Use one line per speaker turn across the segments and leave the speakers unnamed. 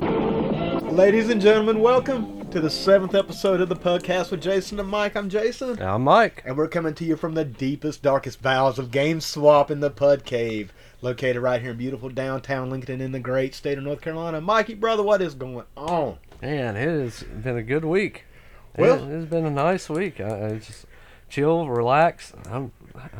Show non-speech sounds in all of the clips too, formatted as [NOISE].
Ladies and gentlemen, welcome to the seventh episode of the podcast with Jason and Mike. I'm Jason,
I'm Mike.
and we're coming to you from the deepest, darkest bowels of Game Swap in the Pud Cave, located right here in beautiful downtown Lincoln in the great state of North Carolina. Mikey, brother, what is going on?
Man, it has been a good week.
Well-
it, has been a nice week. I, I just chill, relax. I'm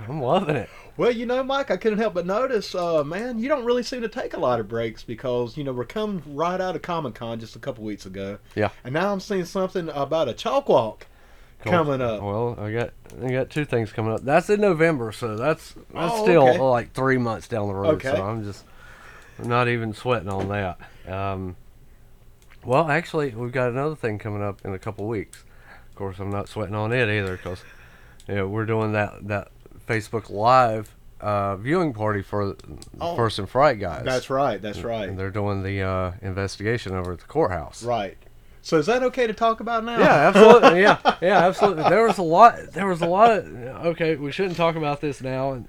I'm loving it.
Well, you know, Mike, I couldn't help but notice, uh, man, you don't really seem to take a lot of breaks because, you know, we're coming right out of Comic Con just a couple weeks ago.
Yeah.
And now I'm seeing something about a chalk walk
Cool.
coming up.
Well, I got I got two things coming up. That's in November, so that's that's
Oh,
still
okay.
like three months down the road.
Okay.
So I'm just I'm not even sweating on that. Um, well, actually, we've got another thing coming up in a couple weeks. Of course, I'm not sweating on it either because you know, we're doing that that Facebook Live uh, viewing party for
Oh.
First and Fright guys.
That's right. That's right.
And they're doing the uh, investigation over at the courthouse.
Right. So is that okay to talk about now?
Yeah, absolutely. [LAUGHS] Yeah, yeah, absolutely. There was a lot. There was a lot. Of, okay, we shouldn't talk about this now, and,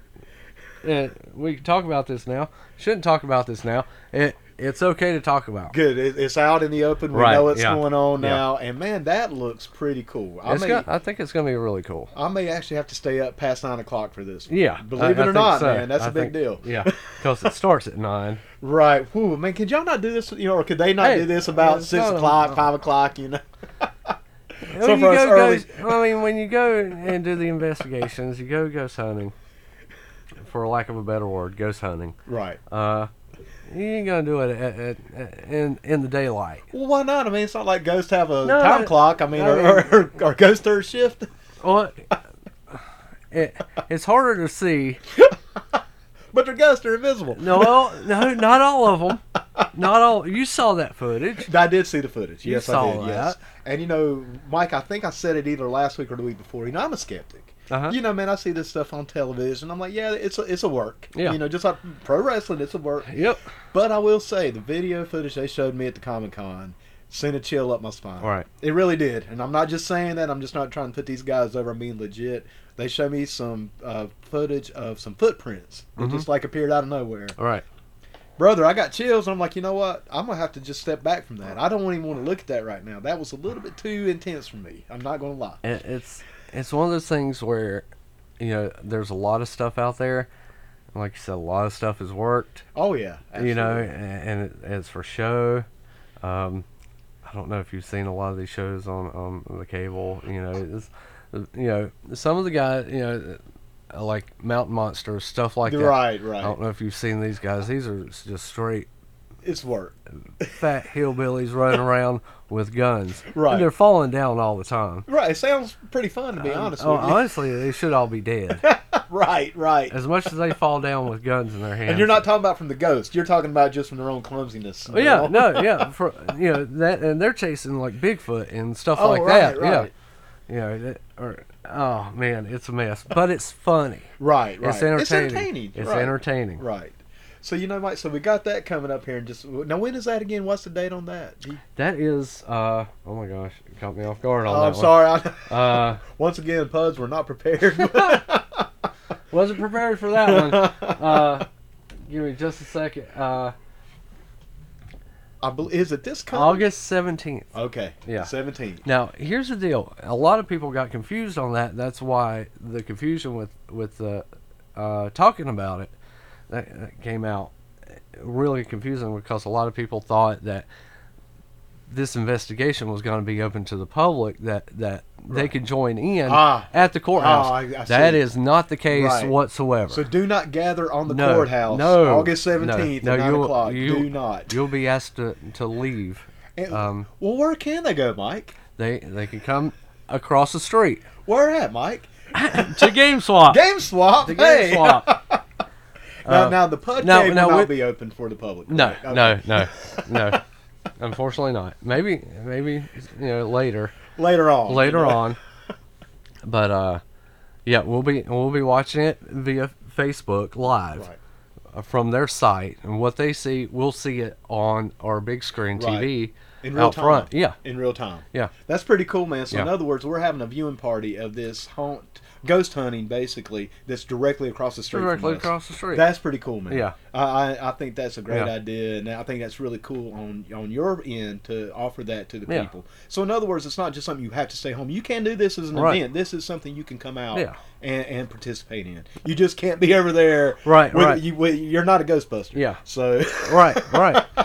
and we can talk about this now. Shouldn't talk about this now. It it's okay to talk
[LAUGHS]
about.
Good. It, it's out in the open. We
Right,
know what's
yeah,
going on
yeah.
now. And man, that looks pretty cool. I
It's
may,
gonna, I think it's gonna be really cool.
I may actually have to stay up past nine o'clock for this. one.
Yeah, I-
Believe
I
it or
think
not,
so.
man, that's a
I
big
think-
deal. [LAUGHS]
Yeah, because it starts at nine.
Right. Whew, man, could y'all not do this? You know, or could they not
Hey,
do this about
it's
six
not a-
o'clock, five o'clock? You know. So
When you
for us
go,
early-
ghost- I mean, when you go and do the investigations, you go ghost hunting. For lack of a better word, ghost hunting.
Right.
Uh, you ain't gonna do it at, at, at, in in the daylight.
Well, why not? I mean, it's not like ghosts have a
No,
time
I-
clock. I mean,
I
or,
mean-
or, or, or ghosts are shift. [LAUGHS]
Well, Oh, it, it's harder to see.
But their ghosts are invisible.
No, well, no, not all of them. Not all. You saw that footage.
I did see the footage.
You
yes, I
saw
did.
that.
Yes. And you know, Mike, I think I said it either last week or the week before. You know, I'm a skeptic.
Uh-huh.
You know, man, I see this stuff on television. I'm like, yeah, it's a, it's a work.
Yeah.
You know, just like pro wrestling, it's a work.
Yep.
But I will say, the video footage they showed me at the Comic Con sent a chill up my spine.
Right.
It really did. And I'm not just saying that. I'm just not trying to put these guys over. I'm being legit. They showed me some uh, footage of some footprints that
Mhm.
just like appeared out of nowhere
All right.
brother, I got chills. And I'm like, you know what? I'm gonna have to just step back from that. I don't even want to look at that right now. That was a little bit too intense for me. I'm not gonna lie.
It, it's it's one of those things where, you know, there's a lot of stuff out there. Like you said, a lot of stuff has worked.
Oh yeah,
You know,
absolutely.
and, and it, it's for show. Um, I don't know if you've seen a lot of these shows on on the cable. You know, it's, you know some of the guys. You know, uh, like Mountain Monsters stuff like that. Oh.
right,
I
right.
don't know if you've seen these guys. These are s- just straight
It's work.
fat hillbillies running around with guns.
Right.
And they're falling down all the time.
Right. It sounds pretty fun to be honest
Oh,
with you.
honestly, they should all
[LAUGHS]
be dead.
right, right.
As much as they fall down with guns in their hands.
And you're not talking about from the ghost. You're talking about just from their own clumsiness.
Oh, yeah, no, yeah, for, you know that, and they're chasing like Bigfoot and stuff
Oh,
like
right,
that.
right.
Yeah, you know, that, or oh man, it's a mess, but it's funny.
Right, right.
It's entertaining.
It's entertaining.
It's
right.
entertaining.
Right. So you know, Mike. So we got that coming up here, and just now. When is that again? What's the date on that? Do you-
That is, uh, oh my gosh, it caught me off guard on
Oh,
that
I'm
one.
sorry. [LAUGHS] I,
Uh,
once again, Puds, we're not
[LAUGHS]
prepared. [LAUGHS]
Wasn't prepared for that one. Uh, give me just a second. Uh,
I bel is it this coming?
August 17th.
Okay.
Yeah.
17.
Now, here's the deal. A lot of people got confused on that. That's why the confusion with with the uh, talking about it that, that came out really confusing because a lot of people thought that this investigation was going to be open to the public that that they could join in
Ah.
at the courthouse.
Ah, I- I
that
see.
is not the case
Right.
whatsoever.
So do not gather on the
No,
courthouse
no,
August
no,
17th
no,
at 9
you'll-
o'clock.
you-
do not.
You'll be asked to, to leave.
And-
um,
well, where can they go, Mike?
They they can come across the street
Where at, Mike?
to Game Swap.
Game swap.
to
hey.
Game Swap.
now,
Uh,
now, the pub
no,
cave
no,
will not
we-
be open for the public.
No,
correct? Okay.
no, no, no. Unfortunately, not. Maybe maybe you know later
Later on.
later on. But uh, yeah, we'll be we'll be watching it via Facebook live
Right.
uh, from their site, and what they see, we'll see it on our big screen
Right.
TV.
in real
out
time.
front. Yeah,
In real time.
Yeah.
That's pretty cool, man. So in
Yeah.
other words, we're having a viewing party of this haunt ghost hunting basically that's directly across the street. from
directly
us.
across the street.
That's pretty cool, man.
yeah,
I, I I think that's a great
Yeah.
idea, and I think that's really cool on on your end to offer that to the
Yeah.
people. So in other words, it's not just something you have to stay home. You can do this as an
Right.
event. This is something you can come out
Yeah.
and, and participate in. You just can't be over there.
right,
With,
right,
you, with, you're not a Ghostbuster.
Yeah.
So [LAUGHS] oh,
right, right. [LAUGHS]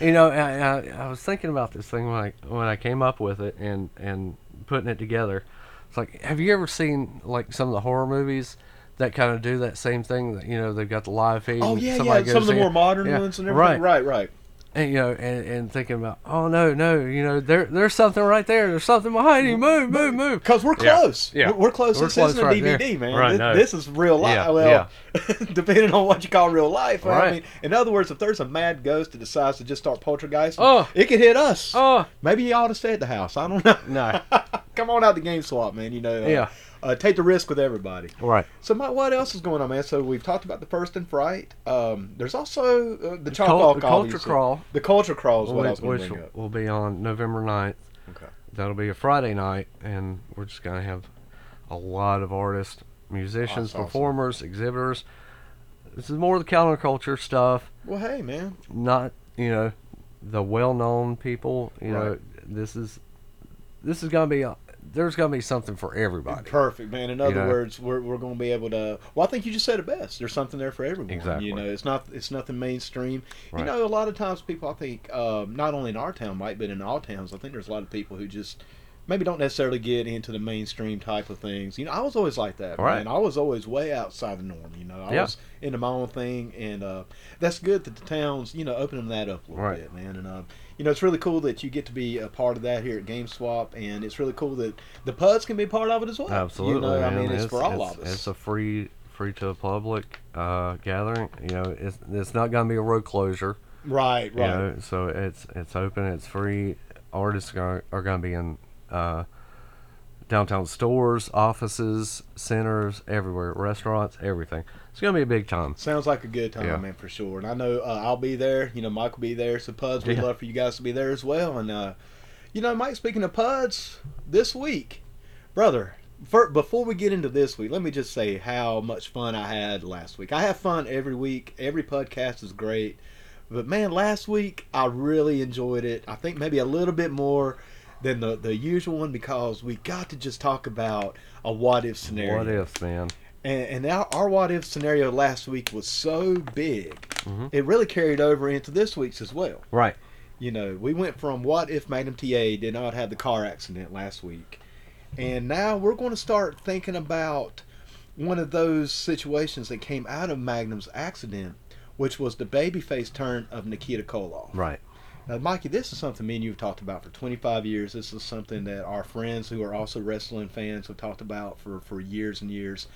You know, I, I, I was thinking about this thing when I when I came up with it and and putting it together. It's like, have you ever seen like some of the horror movies that kind of do that same thing? That you know, they've got the live feed.
oh
and
yeah, yeah.
somebody
Some
goes
of the
in.
more modern
Yeah.
ones and everything. Right.
Right.
Right.
and you know, and, and thinking about, oh no, no, you know, there there's something right there. There's something behind you. Move, move, move.
Because we're
Yeah.
close.
Yeah.
We're, we're close.
We're
this
close
isn't a
right
DVD,
there.
man.
Right,
Thi-
no.
this, is real life.
Yeah,
Well, [LAUGHS] depending on what you call real life. I
Right.
mean, in other words, if there's a mad ghost that decides to just start poltergeisting,
Oh.
it could hit us.
Oh
Maybe you ought to stay at the house. I don't know.
no,
[LAUGHS] Come on out to Game Swap, man. You know, uh,
yeah,
uh, take the risk with everybody.
right.
So, Mike, what else is going on, man? So we've talked about the first and fright. Um, there's also uh, the chalk
Cult-
walk,
culture
obviously.
crawl,
The culture crawl is what I was
which,
going to
which
bring up.
will be on November 9th.
Okay.
That'll be a Friday night, and we're just gonna have a lot of artists, musicians,
Awesome.
performers, exhibitors. This is more of the counterculture stuff,
Well, hey, man.
not you know the well-known people. You know,
Right.
this is this is gonna be a, there's gonna be something for everybody.
Perfect, man. In other
know?
words, we're, we're going to be able to. Well, I think you just said it best. There's something there for everyone.
Exactly.
You know, it's not it's nothing mainstream. You
Right.
know, a lot of times people, I think, um, not only in our town, Mike, but in all towns, I think there's a lot of people who just maybe don't necessarily get into the mainstream type of things. You know, I was always like that,
Right.
man. I was always way outside the norm. You know, I
Yeah.
was into my own thing, and uh, that's good that the towns, you know, opening that up a little
Right.
bit, man. And uh, you know, it's really cool that you get to be a part of that here at GameSwap, and it's really cool that the PUDs can be part of it as well.
Absolutely,
You know, I
man.
mean, it's, for all of us.
It's a free free to the public uh, gathering. You know, it's it's not gonna be a road closure.
right,
You
right.
know, so it's it's open, it's free. Artists are, are gonna be in uh, downtown stores, offices, centers, everywhere, restaurants, everything. It's gonna be a big time.
Sounds like a good time,
Yeah.
man, for sure. And I know uh, I'll be there. You know, Mike will be there. So Puds, we'd
Yeah.
love for you guys to be there as well. And uh, you know, Mike, speaking of Puds, this week, brother. For, before we get into this week, let me just say how much fun I had last week. I have fun every week. Every podcast is great, but man, last week I really enjoyed it. I think maybe a little bit more than the the usual one because we got to just talk about a what if scenario.
What ifs, man?
And, and our, our what if scenario last week was so big,
Mhm.
it really carried over into this week's as well.
Right.
You know, we went from what if Magnum TA did not have the car accident last week, and now we're going to start thinking about one of those situations that came out of Magnum's accident, which was the babyface turn of Nikita Koloff.
Right.
Now, Mikey, this is something me and you have talked about for 25 years. This is something that our friends who are also wrestling fans have talked about for, for years and years.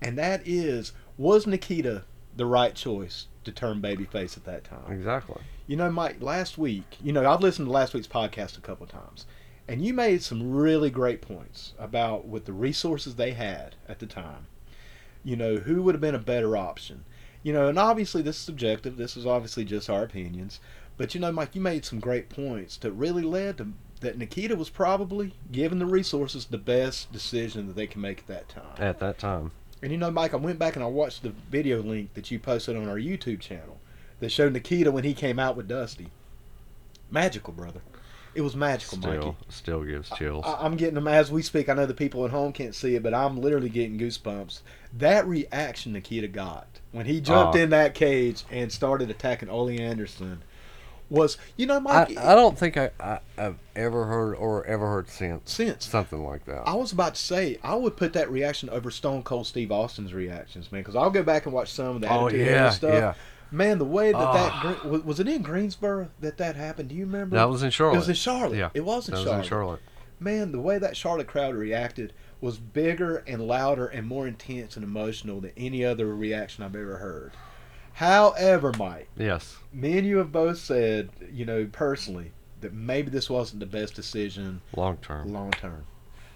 And that is, was Nikita the right choice to turn babyface at that time?
Exactly.
You know, Mike, last week, you know, I've listened to last week's podcast a couple of times, and you made some really great points about with the resources they had at the time. You know, who would have been a better option? You know, and obviously this is subjective. This is obviously just our opinions. But you know, Mike, you made some great points that really led to that Nikita was probably, given the resources, the best decision that they can make at that time.
At that time.
And you know, Mike, I went back and I watched the video link that you posted on our YouTube channel that showed Nikita when he came out with Dusty. Magical, brother. It was magical, Mikey.
Still, still gives chills.
I, I'm getting them as we speak. I know the people at home can't see it, but I'm literally getting goosebumps. That reaction Nikita got when he jumped
Oh.
in that cage and started attacking Ole Anderson was, you know,
I,
Mike,
I don't think I, I, I've ever heard or ever heard since
since
something like that.
I was about to say I would put that reaction over Stone Cold Steve Austin's reactions, man, because I'll go back and watch some of the
Oh
Attitude Era
yeah,
stuff.
yeah.
Man, the way that that
Ah.
Gre- was, was it in Greensboro that that happened? Do you remember?
That was in Charlotte.
It was in Charlotte.
Yeah,
it was in
that was
Charlotte.
in Charlotte.
Man, the way that Charlotte crowd reacted was bigger and louder and more intense and emotional than any other reaction I've ever heard. However, Mike,
Yes.
me and you have both said, you know, personally, that maybe this wasn't the best decision
Long term.
long term.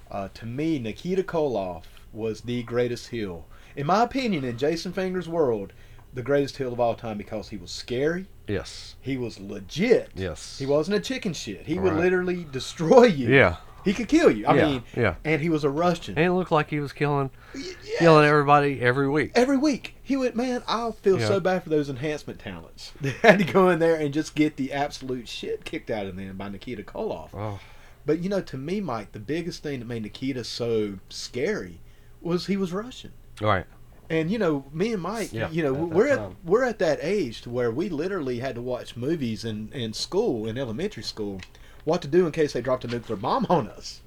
Uh, to me, Nikita Koloff was the greatest heel. In my opinion, in Jason Finger's world, the greatest heel of all time because he was scary.
Yes.
He was legit.
Yes.
He wasn't a chicken shit. He would
Right.
literally destroy you.
Yeah.
He could kill you. I
yeah.
mean,
yeah.
and he was a Russian.
And it looked like he was killing
Y-
killing
yes.
everybody every week.
every week. He went, man, I feel
Yeah.
so bad for those enhancement talents. [LAUGHS] They had to go in there and just get the absolute shit kicked out of them by Nikita Koloff.
Oh.
But you know, to me, Mike, the biggest thing that made Nikita so scary was he was Russian.
Right.
And you know, me and Mike,
Yeah,
you know,
at that
we're
time.
at we're at that age to where we literally had to watch movies in, in school, in elementary school, what to do in case they dropped a nuclear bomb on us.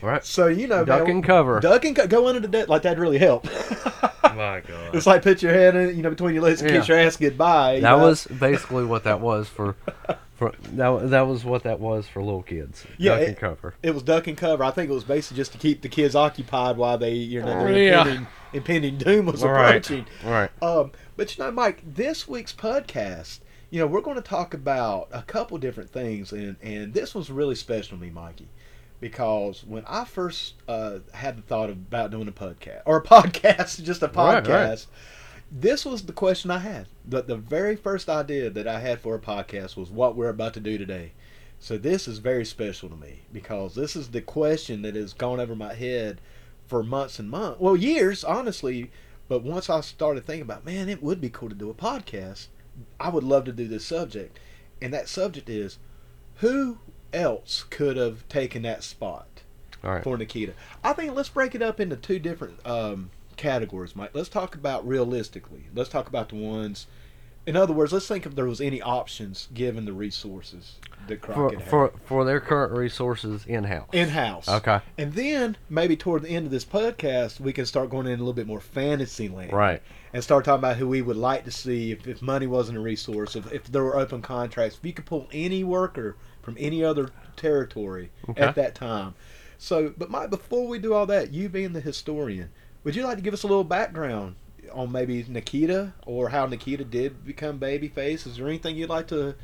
Right.
So you know,
Duck
man,
and cover.
duck and co- go under the deck like that really
[LAUGHS]
helped.
Oh My
[LAUGHS]
God.
it's like put your head in, you know, between your legs and
Yeah.
kiss your ass goodbye. you
That
know?
was basically what that was for, for that, that was what that was for little kids.
Yeah,
duck
it-
and cover.
it was duck and cover. I think it was basically just to keep the kids occupied while they, you know, their
Oh, yeah.
impending, impending doom was
All right.
approaching.
All right.
Um, but you know, Mike, this week's podcast, you know, we're going to talk about a couple different things, and and this was really special to me, Mikey, because when I first uh, had the thought about doing a podcast or a [LAUGHS] podcast, just a
Right, right.
podcast, this was the question I had. The the very first idea that I had for a podcast was what we're about to do today. So this is very special to me because this is the question that has gone over my head for months and months, well, years, honestly. But once I started thinking about, man, it would be cool to do a podcast. I would love to do this subject, and that subject is who else could have taken that spot
All right.
for Nikita? I think let's break it up into two different um, categories, Mike. Let's talk about realistically. Let's talk about the ones. In other words, let's think if there was any options given the resources that
For,
Crockett had
for for their current resources in house.
in house.
Okay.
And then maybe toward the end of this podcast, we can start going in a little bit more fantasy land.
Right.
And start talking about who we would like to see if, if money wasn't a resource, if, if there were open contracts, if you could pull any worker from any other territory
Okay.
at that time. So, but Mike, before we do all that, you being the historian, would you like to give us a little background on maybe Nikita or how Nikita did become babyface? Is there anything you'd like to,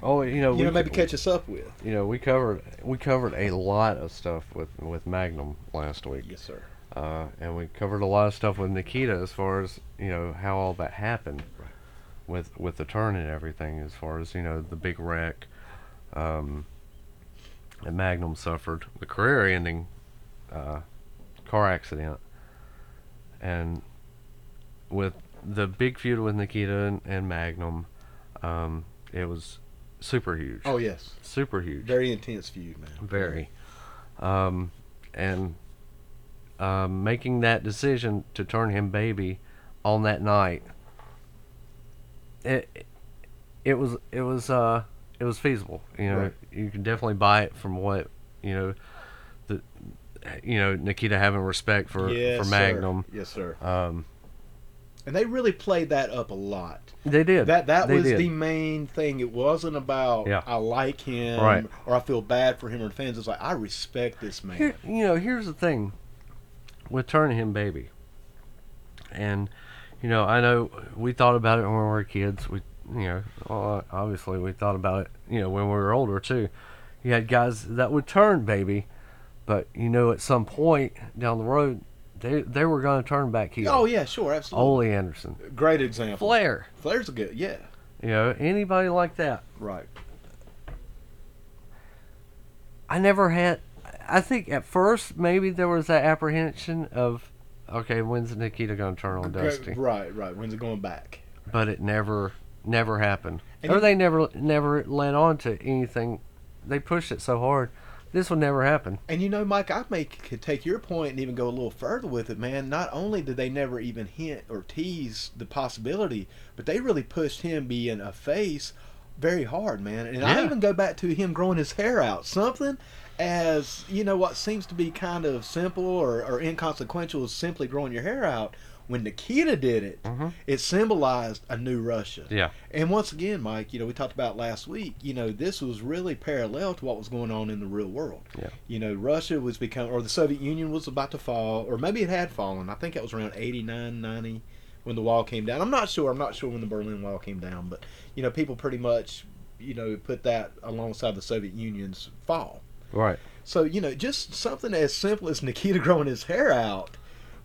Oh, you know,
you know, maybe
c-
catch us up with?
You know, we covered we covered a lot of stuff with with Magnum last week,
Yes, sir.
uh, and we covered a lot of stuff with Nikita as far as you know how all that happened,
Right.
with with the turn and everything. As far as you know, the big wreck, um, that Magnum suffered, the career-ending uh, car accident, and with the big feud with Nikita and, and Magnum, um, it was super huge.
Oh, yes.
super huge.
Very intense feud, man.
Very. Um, and um, making that decision to turn him baby on that night, it it was it was uh it was feasible. You know,
Right.
you can definitely buy it from what you know the you know Nikita having respect for
Yes,
for
sir.
Magnum.
Yes, sir.
Um,
And they really played that up a lot.
they did
That that
They
was
did.
the main thing. It wasn't about
Yeah.
I like him
Right.
or I feel bad for him or the fans. It's like I respect this man.
Here, you know, here's the thing with turning him baby. And, you know, I know we thought about it when we were kids. We, you know, well, obviously we thought about it, you know, when we were older too. You had guys that would turn baby, but, you know, at some point down the road, they, they were going to turn back heel.
Oh yeah, sure, absolutely.
Ole Anderson,
Great example.
Flair,
Flair's a good yeah.
you know, anybody like that.
Right.
I never had. I think at first maybe there was that apprehension of, okay, when's Nikita going to turn on
Great-
Dusty?
Right, right. When's it going back?
but it never never happened
And
or
you-
they never never led on to anything they pushed it so hard this will never happen
And you know, Mike, I make could take your point and even go a little further with it, man. Not only did they never even hint or tease the possibility, but they really pushed him being a face very hard, man. And I
Yeah.
even go back to him growing his hair out. Something as you know what seems to be kind of simple or, or inconsequential is simply growing your hair out. When Nikita did it,
Mhm.
it symbolized a new Russia.
yeah
And once again, Mike, you know, we talked about last week, you know, this was really parallel to what was going on in the real world.
Yeah.
You know, Russia was becoming, or the Soviet Union was about to fall, or maybe it had fallen. I think it was around 89, 90 when the wall came down. I'm not sure. I'm not sure when the Berlin Wall came down, but, you know, people pretty much, you know, put that alongside the Soviet Union's fall.
right
So, you know, just something as simple as Nikita growing his hair out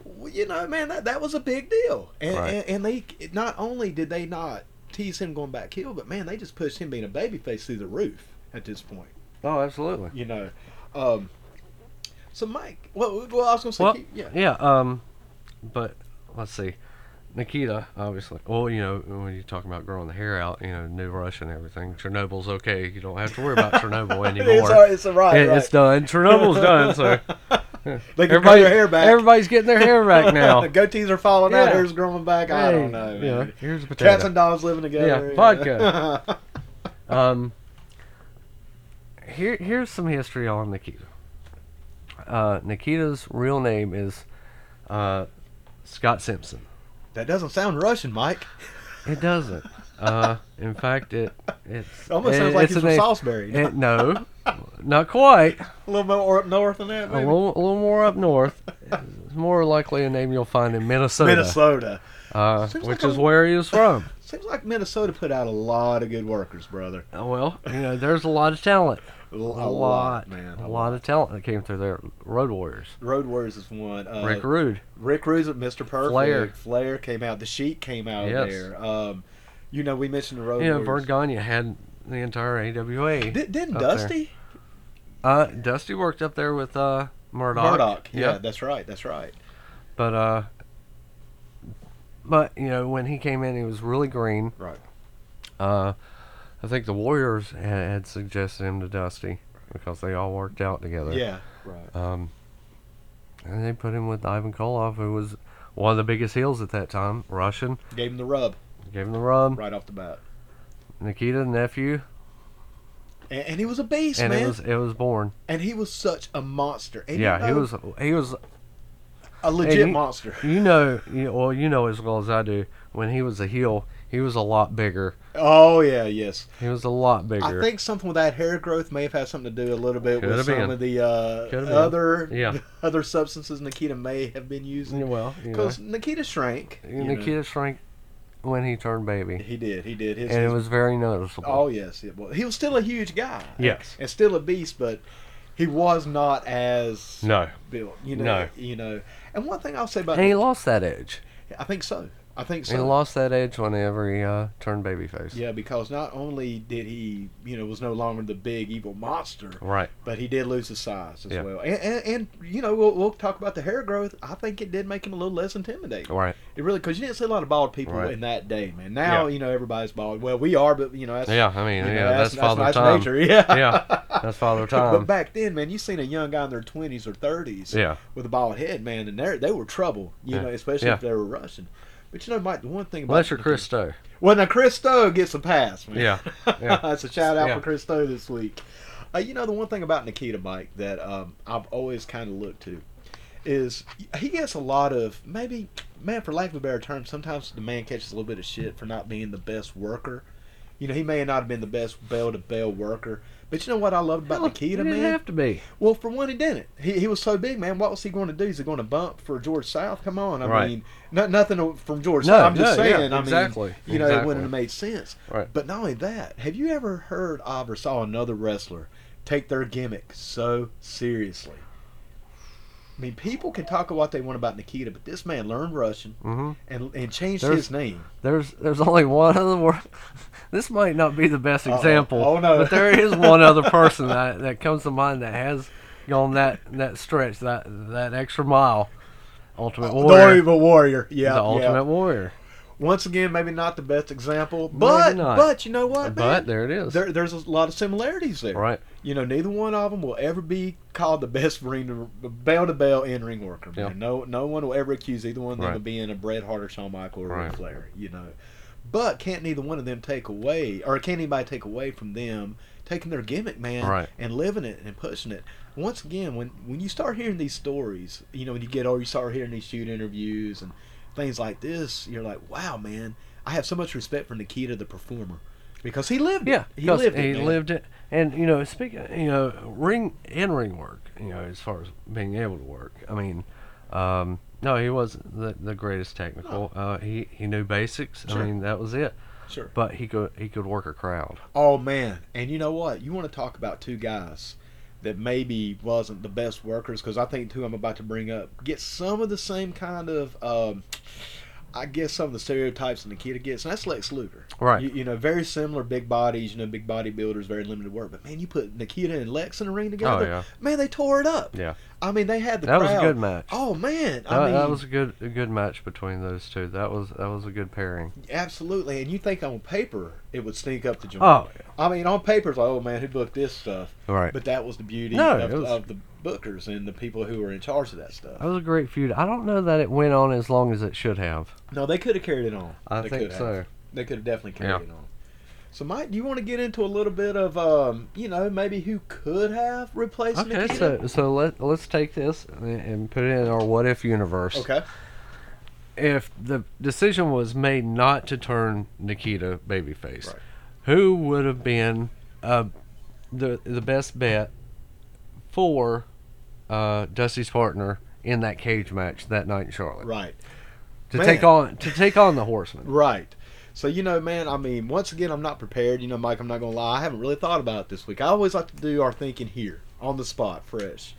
well, you know, man, that, that was a big deal. And,
Right.
and and they not only did they not tease him going back heel, but man, they just pushed him being a babyface through the roof at this point.
Oh, absolutely.
You know, um, so Mike. Well, well, I was gonna say,
Well,
keep-
[LAUGHS]
yeah,
Yeah. Um, but let's see. Nikita, obviously. Well, you know, when you talk about growing the hair out, you know, new Rush and everything. Chernobyl's okay. You don't have to
[LAUGHS]
worry about Chernobyl anymore.
it's, all- it's all right.
It-
right.
It's done. Chernobyl's done. So
they can grow their hair back.
everybody's getting their hair
[LAUGHS]
back now.
the goatees are falling out.
Yeah.
Hair's growing back. [LAUGHS] I don't
Hey,
know. Man.
Yeah, here's a potato.
Cats and dogs living together.
Yeah, vodka. Um, here, here's some history on Nikita. Uh, Nikita's real name is uh, Scott Simpson.
[LAUGHS] that doesn't sound Russian, Mike.
It doesn't. Uh, in fact, it it's
It almost
it-
sounds like
it's
he's
a
from
name-
Salisbury.
it- no, not
[LAUGHS]
quite.
a little more up north than that,
A
maybe.
little, a little more up north. It's more likely a name you'll find in Minnesota,
Minnesota.
uh,
Seems
which
like
is
a-
where he was from.
Seems like Minnesota put out a lot of good workers, brother.
Uh, Well, you know, there's a lot of talent.
A,
A,
lot,
lot,
man.
A lot of talent that came through their Road Warriors.
Road Warriors is one. Uh,
Rick Rude.
Rick Rude's with Mr. Perfect.
Flair.
Flair came out. The Sheik came out of
Yes.
there. Um, you know, we mentioned the Road
You know, Vern
Warriors.
Gagne had the entire AWA.
Did, didn't
up there.
Dusty?
Uh, Dusty worked up there with uh, Murdoch.
Murdoch. Yeah,
Yeah.
that's right. That's right.
But, uh, but you know, when he came in, he was really green.
Right.
Uh, I think the Warriors had, had suggested him to Dusty because they all worked out together.
Yeah. Right.
Um, and they put him with Ivan Koloff, who was one of the biggest heels at that time, Russian.
Gave him the rub
Gave him the rub.
right off the bat.
Nikita, nephew,
And, and he was a beast,
and
man.
it was it was born.
and he was such a monster. And you
yeah, he
know,
was he was
a legit
he-
monster.
you know you, well you know as well as I do when he was a heel he was a lot bigger.
Oh yeah, yes.
He was a lot
I
bigger.
think something with that hair growth may have had something to do a little bit
Could
with
have
some
been.
of the uh,
Could have been.
other
Yeah.
[LAUGHS] other substances Nikita may have been using.
well, you know,
Because Nikita shrank. you know.
Nikita shrank when he turned baby,
He did. He did. His,
and it
his-
was very noticeable.
oh yes, it was. He was still a huge guy.
Yes.
and still a beast, but he was not as
No,
built. You know.
No.
You know. And one thing I'll say about
and he lost that edge.
I think so. I think so.
He lost that edge whenever he uh, turned babyface.
Yeah, because not only did he, you know, was no longer the big evil monster,
Right.
but he did lose his size as
Yeah.
well. And, and, and you know, we'll, we'll talk about the hair growth. I think it did make him a little less intimidating.
Right.
It really, because you didn't see a lot of bald people
Right.
in that day, man. Now,
Yeah.
you know, everybody's bald. Well, we are, but you know, that's
Yeah. I mean,
you know,
yeah. that's, father
that's
time.
nature. [LAUGHS] Yeah.
yeah. That's
[LAUGHS]
father
But
time.
back then, man, you seen a young guy in their twenties or thirties
yeah.
with a bald head, man, and they they were trouble, you
Yeah.
know, especially
Yeah.
if they were Russian. But you know, Mike, the one thing about
Unless you're Christo.
well, now Chris Stowe gets a pass, man.
Yeah, yeah.
[LAUGHS] That's a shout out
Yeah.
for Chris Stowe this week. Uh, you know, the one thing about Nikita Mike that um, I've always kind of looked to is he gets a lot of maybe, man, for lack of a better term, sometimes the man catches a little bit of shit for not being the best worker. You know, he may not have been the best bell to bell worker, but you know what I loved about
you
Nikita,
didn't
man?
have to be.
Well, for one, he didn't. He, he was so big, man. What was he going to do? Is he going to bump for George South? Come on, I
Right.
mean, no, nothing from George.
No,
South. I'm just
no, yeah,
saying. I
exactly,
mean, you know, it wouldn't
exactly.
have made sense.
Right.
But not only that, have you ever heard of or saw another wrestler take their gimmick so seriously? I mean, people can talk what they want about Nikita, but this man learned Russian
hmm
and and changed
There's-
his name.
There's there's only one other world. [LAUGHS] This might not be the best
Uh-oh.
example.
Oh, no.
But there is one other person that, that comes to mind that has gone that that stretch that that extra mile. Ultimate
The
Warrior.
Evil Warrior. Oh, Yeah,
the Ultimate
yeah.
Warrior.
Once again, maybe not the best example, but
not.
but you know what,
But
man?
there it is.
There, there's a lot of similarities there.
right.
You know, neither one of them will ever be called the best ring bell to bell in ring worker. Man.
Yeah.
No, no one will ever accuse either one of them
Right.
of being a Bret Hart or Shawn Michael or Ric
Right.
Flair. You know, but can't neither one of them take away, or can't anybody take away from them taking their gimmick, man,
Right.
and living it and pushing it. Once again, when when you start hearing these stories, you know, when you get older, you start hearing these shoot interviews and things like this. You're like, wow, man, I have so much respect for Nikita the performer because he lived it.
Yeah.
he
'cause
lived it.
He
man.
lived it. And you know, speaking, you know, ring in ring work. You know, as far as being able to work. I mean, um, no, he wasn't the, the greatest technical. Uh, he he knew basics.
Oh. Sure.
I mean, that was it.
Sure.
But he could he could work a crowd.
Oh man! And you know what? You want to talk about two guys that maybe wasn't the best workers because I think who I'm about to bring up gets some of the same kind of, um, I guess, some of the stereotypes that Nikita gets, and that's Lex Luger.
Right.
You, you know, very similar big bodies, you know, big bodybuilders, very limited work. But man, you put Nikita and Lex in a ring
oh
together,
yeah.
man, they tore it up.
Yeah.
I mean, they had the
That was
crowd.
a good match.
Oh man, I
that,
mean,
that was a good a good match between those two. That was that was a good pairing.
absolutely. And you think on paper it would stink up the joint?
Oh,
I mean, on paper, it's like, oh man, who booked this stuff?
right.
But that was the beauty
No,
of,
it was-
of the bookers and the people who were in charge of that stuff.
That was a great feud. I don't know that it went on as long as it should have.
No, they could have carried it on.
I
they
think
could have.
so.
They could have definitely carried
Yeah.
it on. So, Mike, do you want to get into a little bit of, um, you know, maybe who could have replaced
Okay,
Nikita?
so so let let's take this and, and put it in our what if universe.
okay,
If the decision was made not to turn Nikita babyface,
Right.
who would have been uh, the the best bet for uh, Dusty's partner in that cage match that night in Charlotte
right,
to
Man.
take on to take on the Horseman?
right. So, you know, man, I mean, once again, I'm not prepared. You know, Mike, I'm not going to lie. I haven't really thought about it this week. I always like to do our thinking here, on the spot, fresh.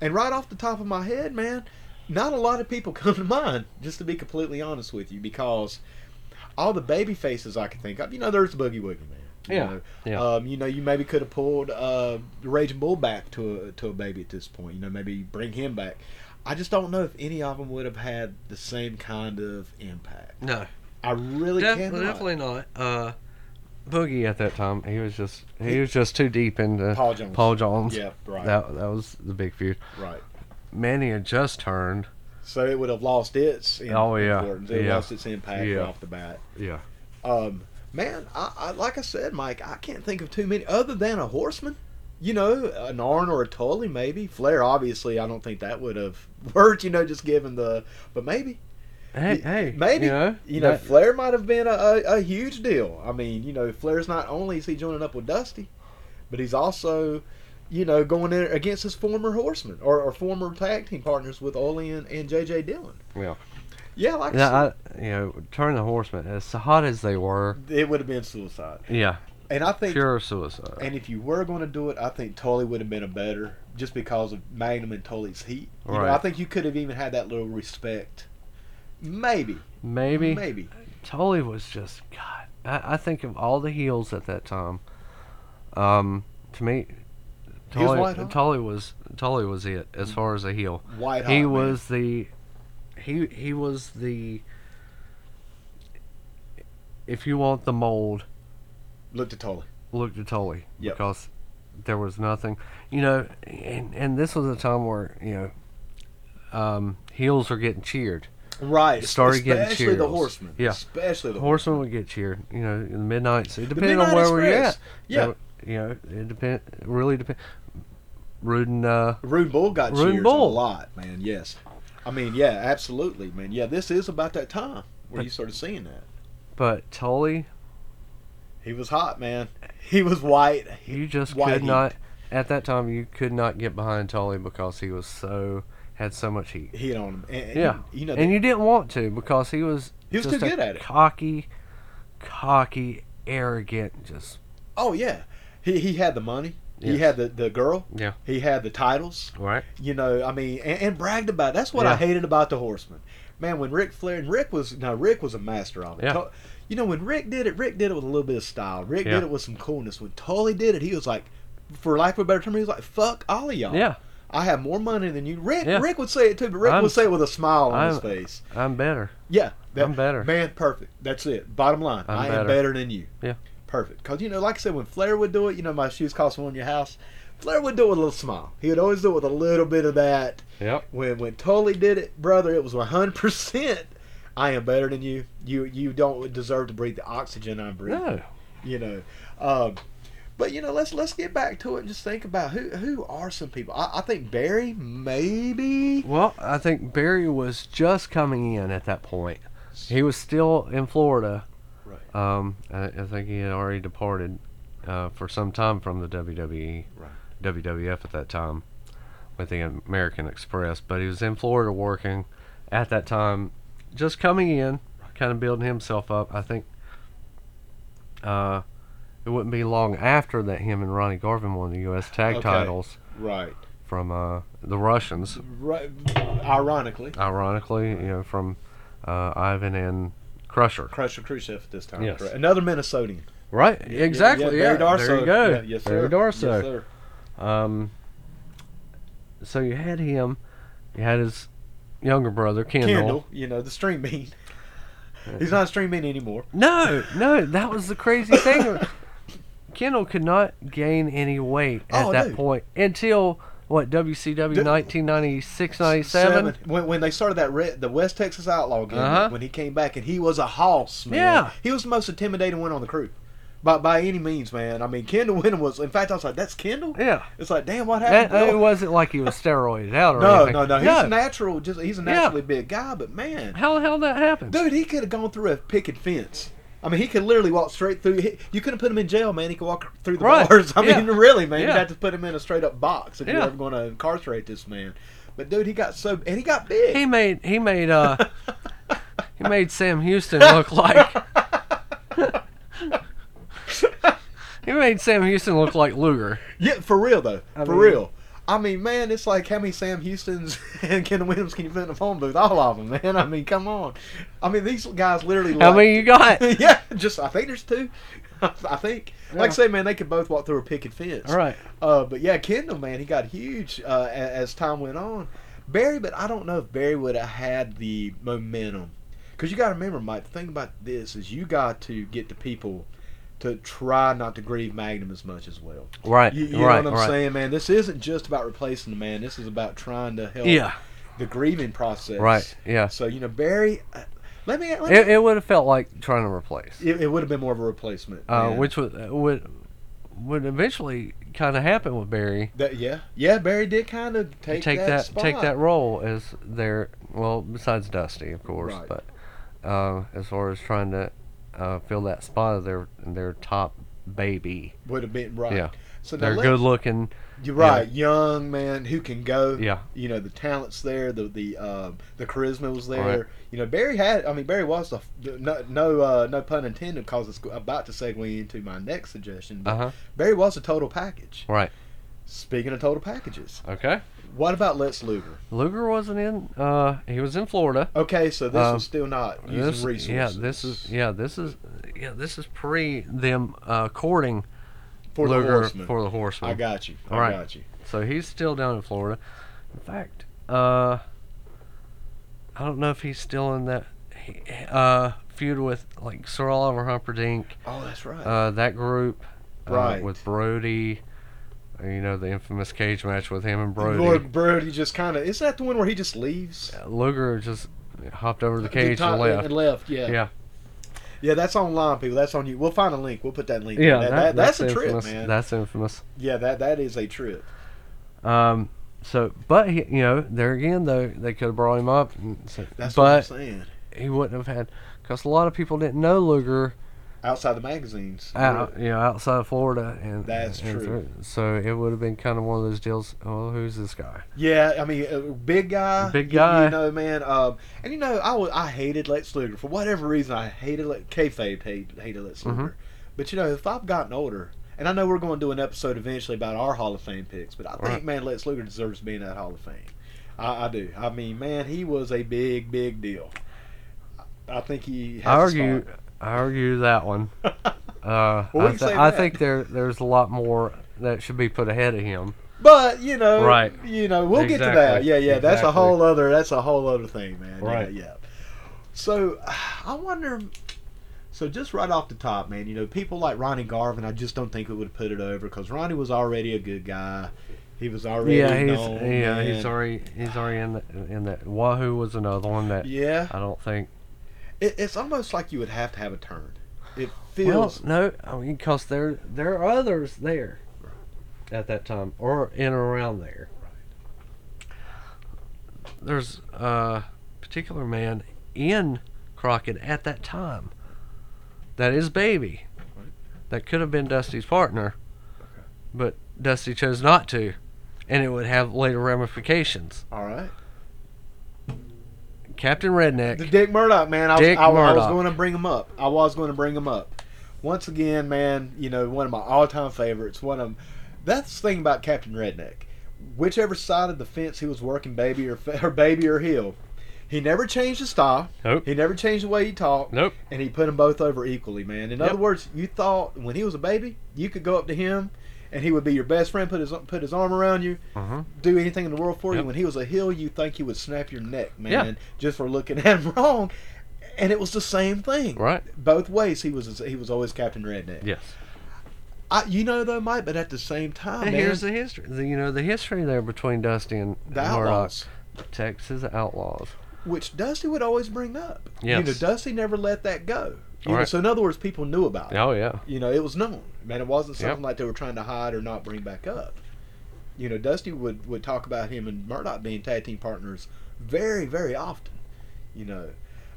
And right off the top of my head, man, not a lot of people [LAUGHS] come to mind, just to be completely honest with you, because all the baby faces I could think of, you know, there's Boogie Woogie, man. You
Yeah,
know,
yeah.
Um, you know, you maybe could have pulled uh, the Raging Bull back to a, to a baby at this point. You know, maybe bring him back. I just don't know if any of them would have had the same kind of impact.
No,
I really
Def-
cannot.
definitely not. Uh, Boogie at that time, he was just he was just too deep into
Paul Jones.
Paul Jones.
Yeah, right,
That that was the big feud.
right.
Manny had just turned.
So it would have lost its im-
Oh, yeah,
importance. It
yeah,
lost its impact
yeah.
right off the bat.
Yeah.
Um, man, I, I like I said, Mike, I can't think of too many other than a horseman. You know, an Arn or a Tully, maybe Flair. Obviously, I don't think that would have [LAUGHS] worked. You know, just given the, but maybe,
Hey,
Y-
hey.
maybe
You know,
you know,
that-
Flair might have been a, a, a huge deal. I mean, you know, Flair's not only is he joining up with Dusty, but he's also, you know, going in against his former horseman or, or former tag team partners with Ole and, and JJ Dillon.
Yeah.
yeah, like I said,
yeah, I, you know, turn the horsemen as hot as they were.
it would have been suicide,
Yeah.
and I think
Pure suicide.
And if you were going to do it, I think Tully would have been a better just because of Magnum and Tully's heat. You know,
Right.
I think you could have even had that little respect. Maybe,
Maybe.
maybe.
Tully was just God. I, I think of all the heels at that time. Um, to me,
He was white
Tully
Mm.
was
hot.
Tully was, Tully was it as far as a heel.
White hot.
he
man.
was the he he was the if you want the mold
looked at Tully.
look to Tully
Yep.
because there was nothing you know and and this was a time where you know um, heels are getting cheered
Right.
Started getting
especially the
cheers.
horseman.
Yeah.
Especially the
horsemen would get cheered you know in the midnights it
The
depended on
Midnight
where we were
Express.
at
Yeah.
There- you know it depend really depend Rudin uh
Rune Bull got
Rune
cheers
Bull.
a lot, man. Yes. I mean, yeah, absolutely, man. Yeah, this is about that time where
But-
you started seeing that.
but Tully
He was hot, man. He was white.
You just
Why
could
heat?
not at that time you could not get behind Tully because he was so had so much heat.
Heat on him. And, and,
Yeah.
You know,
And you didn't want to because he was
He was
just
too
a
good at it.
Cocky, cocky, arrogant, just
Oh yeah, he he had the money. He
Yes.
had the, the girl.
Yeah.
He had the titles.
right.
You know, I mean, and, and bragged about. It. That's what I
Yeah.
hated about the Horseman. Man, when Rick Flair and Rick was now Rick was a master of it.
Yeah.
To- You know, when Rick did it, Rick did it with a little bit of style. Rick
Yeah.
did it with some coolness. When Tully did it, he was like, for lack of a better term, he was like, "Fuck all of y'all.
Yeah,
I have more money than you." Rick
Yeah.
Rick would say it too, but Rick
I'm-
would say it with a smile on his
I'm-
face.
I'm better.
Yeah,
I'm better.
Man, perfect. That's it. Bottom line,
I'm
I am
better.
better than you.
Yeah.
perfect. Cause you know, like I said, when Flair would do it, you know, my shoes cost more in your house. Flair would do it with a little smile. He would always do it with a little bit of that.
Yep.
When when Tully did it, brother, it was 100. percent I am better than you. You you don't deserve to breathe the oxygen I'm breathing.
No.
You know. Um, but you know, let's let's get back to it and just think about who who are some people. I, I think Barry maybe.
Well, I think Barry was just coming in at that point. He was still in Florida.
Right.
Um, I, I think he had already departed uh, for some time from the E, WWE,
Right.
WWF at that time with the American Express. But he was in Florida working at that time, just coming in, kind of building himself up. I think uh, it wouldn't be long after that him and Ronnie Garvin won the U.S. tag
Okay.
titles.
Right.
from uh, the Russians,
Right. Ironically,
ironically, you know, from uh, Ivan and Crusher.
Crusher Khrushchev this time.
Yes.
Correct. Another Minnesotanian.
Right,
Yeah, yeah,
exactly. Yeah,
Barry Darso.
There you go.
Yeah, yes, sir.
Barry Darso.
Yes, sir.
Um, so you had him, you had his younger brother Kendall.
Kendall, you know, the string bean. [LAUGHS] He's not a string bean anymore.
No, no, that was the
[LAUGHS]
crazy thing. Kendall could not gain any weight at
Oh,
that
dude.
point until what WCW
Dude.
1996 97.
When, when they started that red, the West Texas Outlaw game,
Uh-huh.
when he came back and he was a hoss, man.
Yeah.
He was the most intimidating one on the crew. By, by any means, man. I mean, Kendall [LAUGHS] Wynn was, in fact, I was like, that's Kendall?
Yeah,
It's like, damn, what
that,
happened?
it
Bill?
wasn't like he was steroided out or
no,
anything.
no, no. He's natural. Just He's a
Yeah.
naturally big guy, but man.
How the hell that happened?
Dude, he could have gone through a picket fence. I mean, he could literally walk straight through. He, you couldn't put him in jail, man. He could walk through the
Right.
bars. [LAUGHS] I
Yeah.
mean, really, man. You'd
Yeah.
have to put him in a straight up box if you're
Yeah.
ever going to incarcerate this man. But dude, he got so and he got big.
He made he made
[LAUGHS]
uh he made Sam Houston look like
[LAUGHS]
he made Sam Houston look like Luger.
yeah, for real though.
I
for
mean-
real. I mean, man, it's like how many Sam Houston's [LAUGHS] and Ken Williams can you fit in a phone booth? All of them, man. I mean, come on. I mean, these guys literally.
How
like-
many you got?
[LAUGHS] yeah, just I think there's two. [LAUGHS] I think, like
Yeah.
I say, man, they could both walk through a picket fence.
All right.
Uh, but yeah, Kendall, man, he got huge uh, a- as time went on. Barry, but I don't know if Barry would have had the momentum. Because you got to remember, Mike, the thing about this is you got to get the people to try not to grieve Magnum as much as well.
Right.
You, you
right.
know what I'm
right.
saying, man? This isn't just about replacing the man. This is about trying to help
Yeah.
the grieving process.
Right. Yeah.
So, you know, Barry, uh, let me. Let me
It, it would have felt like trying to replace,
it, it would have been more of a replacement.
uh,
man.
which would would would eventually kind of happen with Barry.
That- yeah, yeah. Barry did kind of
You
take, that,
that,
spot.
take that role as their well besides Dusty of course
Right.
but uh, as far as trying to uh, fill that spot of their their top baby
would have been right.
Yeah.
So now
they're
let-
good looking
You're right, young man who can go.
yeah
You know the talents there, the the um, the charisma was there.
Right.
You know Barry had. I mean Barry was the no no uh, no pun intended because it's about to segue into my next suggestion. But
uh-huh
Barry was a total package.
right
Speaking of total packages,
okay
what about Lex Luger?
Luger wasn't in uh he was in Florida
Okay, so this
Um,
was still not using
this,
resources.
yeah this is yeah this is yeah this is pre them uh courting
for the
Luger
horseman.
for the horseman
I got you. I
All right.
got you.
So he's still down in Florida. In fact, uh, I don't know if he's still in that he- uh, feud with like Sir Oliver Humperdinck,
Oh, that's right.
uh, that group, uh,
Right.
with Brody. uh, You know the infamous cage match with him and Brody.
Lord Brody just kind of. Is that the one where he just leaves?
Luger just hopped over the
Did
cage
Tom-
and left.
And left, yeah.
Yeah.
Yeah, that's online, people. That's on you. We'll find a link. We'll put that link.
Yeah,
in. That-
that-
that- that's, a trip,
infamous.
man.
That's infamous.
yeah, that that is a trip.
Um, so, but he, you know, there again though, they could have brought him up. and so-
That's what I'm
but
saying.
he wouldn't have had because a lot of people didn't know Luger
Outside the magazines.
out, you know, outside of Florida, and
That's
and
true.
So it would have been kind of one of those deals. Oh, who's this guy?
Yeah, I mean, uh, big guy.
Big
you- You,
guy.
know, man. Um, and you know, I wa- I hated Lex Luger for whatever reason. I hated like kayfabe hate, hated Lex
Mm-hmm.
Luger. But you know, if I've gotten older, and I know we're going to do an episode eventually about our Hall of Fame picks, but I think
Right.
man, Lex Luger deserves to be in that Hall of Fame. I, I do. I mean, man, he was a big, big deal. I I think he. Has
I
a
argue,
spot.
I argue that
[LAUGHS]
one. Uh,
Well, we
I,
can
th-
say
I
that.
think there there's a lot more that should be put ahead of him.
But you know,
Right.
You know, we'll get to that.
Exactly.
Yeah, yeah. That's a
Exactly.
whole other. That's a whole other thing, man.
Right.
Yeah. yeah. So, I wonder. So just right off the top, man, you know, people like Ronnie Garvin, I just don't think it would have put it over because Ronnie was already a good guy. He was already.
yeah, he's
known,
yeah,
man.
he's already he's already in the, in that. Wahoo was another one that
Yeah,
I don't think.
it, it's almost like you would have to have a turn. It
Well,
feels
no, I mean because there there are others there at that time or in and around there. There's a particular man in Crockett at that time that is Baby
Right.
that could have been Dusty's partner, but Dusty chose not to, and it would have later ramifications.
all right.
Captain
The
Redneck,
Dick Murdoch man. I was,
Dick
I, I was
Murdoch.
going to bring him up. I was going to bring him up. Once again, man, you know, one of my all-time favorites. One of that's the thing about Captain Redneck. whichever side of the fence he was working, baby or [LAUGHS] or baby or heel, he never changed his style.
Nope.
He never changed the way he talked.
Nope.
And he put them both over equally, man. In other
Yep.
words, you thought when he was a baby, you could go up to him, and he would be your best friend, put his put his arm around you,
Mhm.
do anything in the world for
Yep.
you. When he was a heel, you think he would snap your neck, man,
Yeah.
just for looking [LAUGHS] at him wrong. And it was the same thing.
Right.
Both ways, he was he was always Captain Redneck.
Yes.
I, you know though, Mike, but at the same time,
And
man,
here's the history. The, you know the history there between Dusty and
the
and Murdoch.
Outlaws.
Texas Outlaws.
which Dusty would always bring up. You
Yes.
know, Dusty never let that go. You know,
Right.
So in other words, people knew about it.
Oh yeah.
You know, it was known. Man, it wasn't
Yep.
something like they were trying to hide or not bring back up. You know, Dusty would, would talk about him and Murdoch being tag team partners very, very often. You know.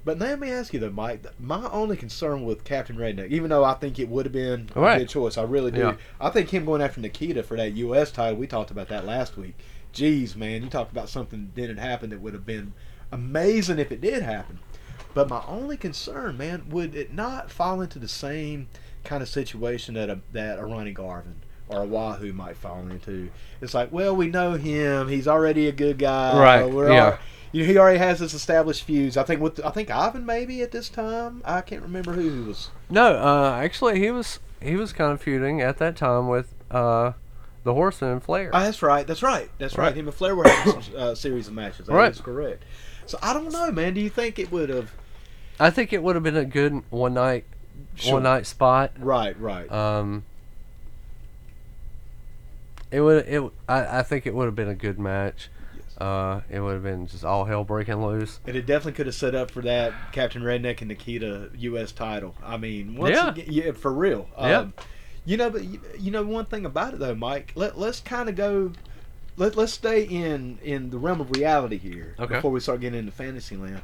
But now let me ask you though, Mike. th- My only concern with Captain Redneck, even though I think it would have been a
Right.
good choice, I really do.
Yeah.
I think him going after Nikita for that U.S. title, we talked about that last week. Jeez, man, you talked about something that didn't happen that would have been amazing if it did happen. But my only concern, man, would it not fall into the same kind of situation that a that a Ronnie Garvin or a Wahoo might fall into? It's like, well, we know him; he's already a good guy. Uh,
Right,
We're
yeah.
al- you know, he already has his established feuds. I think with I think Ivan maybe at this time. I can't remember who he was.
No, uh, actually he was he was kind of feuding at that time with uh, the Horseman and Flair.
Oh, that's right. That's right. That's right.
Right.
Him and Flair were having some uh, series of matches. That
Right.
is correct. So I don't know, man. Do you think it would have?
I think it would have been a good one night
Sure.
one night spot.
Right. Right.
Um, it would it I, I think it would have been a good match.
Yes.
Uh, it would have been just all hell breaking loose.
And it definitely could have set up for that Captain Redneck and Nikita U.S. title. I mean, once
Yeah.
again, yeah, for real. Um,
Yeah.
you know, but you, you know one thing about it though, Mike. Let let's kind of go. Let let's stay in in the realm of reality here
Okay.
before we start getting into fantasy land.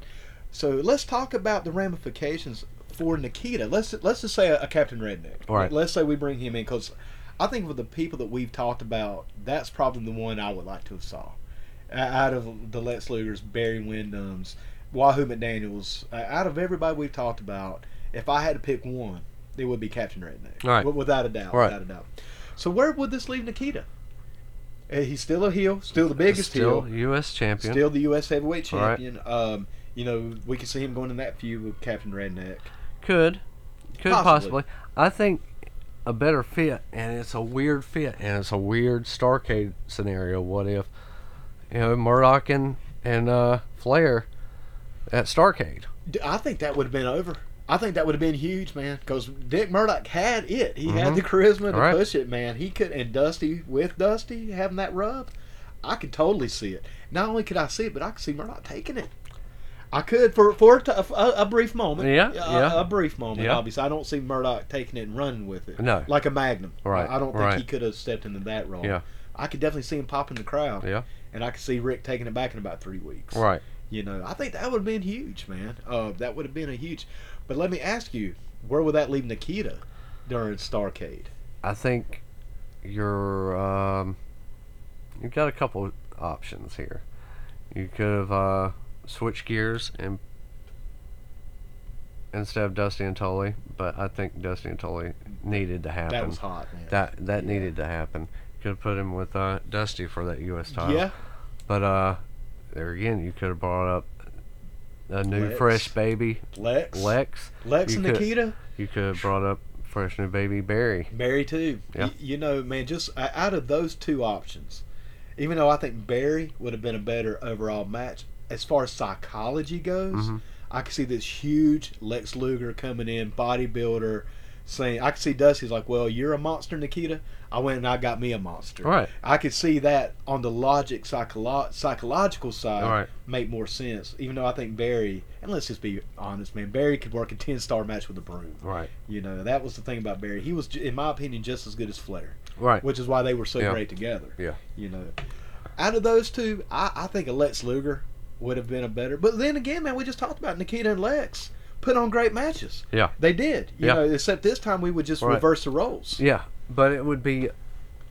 So let's talk about the ramifications for Nikita. Let's let's just say a, a Captain Redneck.
All right.
Let's say we bring him in because I think with the people that we've talked about, that's probably the one I would like to have saw Uh, out of the Lex Luger's, Barry Windham's, Wahoo McDaniel's. Uh, out of everybody we've talked about, if I had to pick one, it would be Captain Redneck.
All right.
Wi- Without a doubt.
All right.
Without a doubt. So where would this leave Nikita? Uh, He's still a heel, still the biggest heel
Still U.S. champion.
still the U.S. heavyweight
All right.
champion. Um, you know, we can see him going in that feud with Captain Redneck.
Could, could
Possibly.
possibly. I think a better fit, and it's a weird fit, and it's a weird Starcade scenario. What if, you know, Murdoch and and uh, Flair at Starcade?
D- I think that would have been over. I think that would have been huge, man. Because Dick Murdoch had it. He had
Mhm.
the charisma to
All right.
push it, man. He could. And Dusty with Dusty having that rub, I could totally see it. Not only could I see it, but I could see Murdoch taking it. I could for for a, t- a- a brief moment.
Yeah,
a,
yeah.
a brief moment.
Yeah.
Obviously, I don't see Murdoch taking it and running with it.
No.
like a Magnum.
Right,
I don't think
right.
he could have stepped into that role.
Yeah.
I could definitely see him popping the crowd.
Yeah.
and I could see Rick taking it back in about three weeks.
Right.
You know, I think that would have been huge, man. Uh, that would have been a huge. But let me ask you, where would that leave Nikita during Starcade?
I think you're um, you've got a couple options here. You could have uh, switched gears and instead of Dusty and Tully, but I think Dusty and Tully needed to happen.
That was hot, man.
That that
Yeah.
needed to happen. Could have put him with uh, Dusty for that U.S. title.
yeah,
But uh, there again, you could have brought up a new
Lex.
fresh baby
Lex,
Lex.
Lex
you
and
could-
Nikita,
You could have brought up fresh new baby Barry.
Barry too.
Yeah.
Y- you know, man, just uh, out of those two options, even though I think Barry would have been a better overall match as far as psychology goes,
Mhm.
I could see this huge Lex Luger coming in, bodybuilder, saying, I could see Dusty's like, well, you're a monster, Nikita. I went and I got me a monster.
Right.
I could see that on the logic, psycholo- psychological side,
All right.
make more sense. Even though I think Barry, and let's just be honest, man, Barry could work a 10 star match with a broom.
Right.
You know, that was the thing about Barry. He was, ju- in my opinion, just as good as Flair,
Right.
which is why they were so
Yeah.
great together.
Yeah.
You know, out of those two, I, I think a Lex Luger would have been a better. But then again, man, we just talked about Nikita and Lex put on great matches.
Yeah.
They did. You
Yeah.
know, except this time we would just
Right.
reverse the roles.
Yeah, but it would be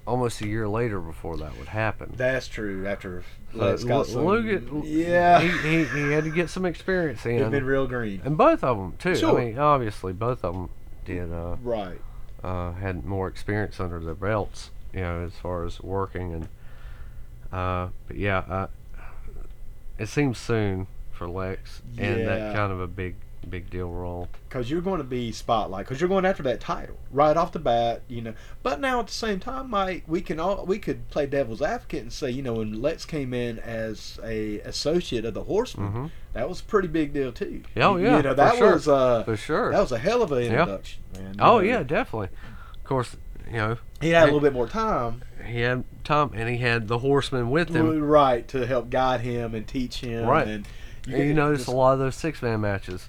almost a year later before that would happen.
That's true. After
So,
Lex got
Lu-
some,
Lugan-
yeah,
he, he, he had to get some experience
it'd been
in,
real green.
and both of them too.
Sure.
I mean, obviously, both of them did uh,
Right.
uh, had more experience under their belts, you know, as far as working and Uh, but yeah, uh, it seems soon for Lex and
Yeah.
that kind of a big big deal role.
because you're going to be spotlight because you're going after that title right off the bat you know but now at the same time mike we can all we could play devil's advocate and say you know when lex came in as a associate of the horseman
hmm
that was a pretty big deal too
Oh,
You-
yeah,
you know
for
that
sure.
was uh
For sure.
that was a hell of an introduction man You
oh
know,
yeah, definitely. Of course, you know
he had a little bit more time
he had Tom and he had the Horseman with him.
right to help guide him and teach him
Right.
and
And you
can
notice
just-
a lot of those six man matches.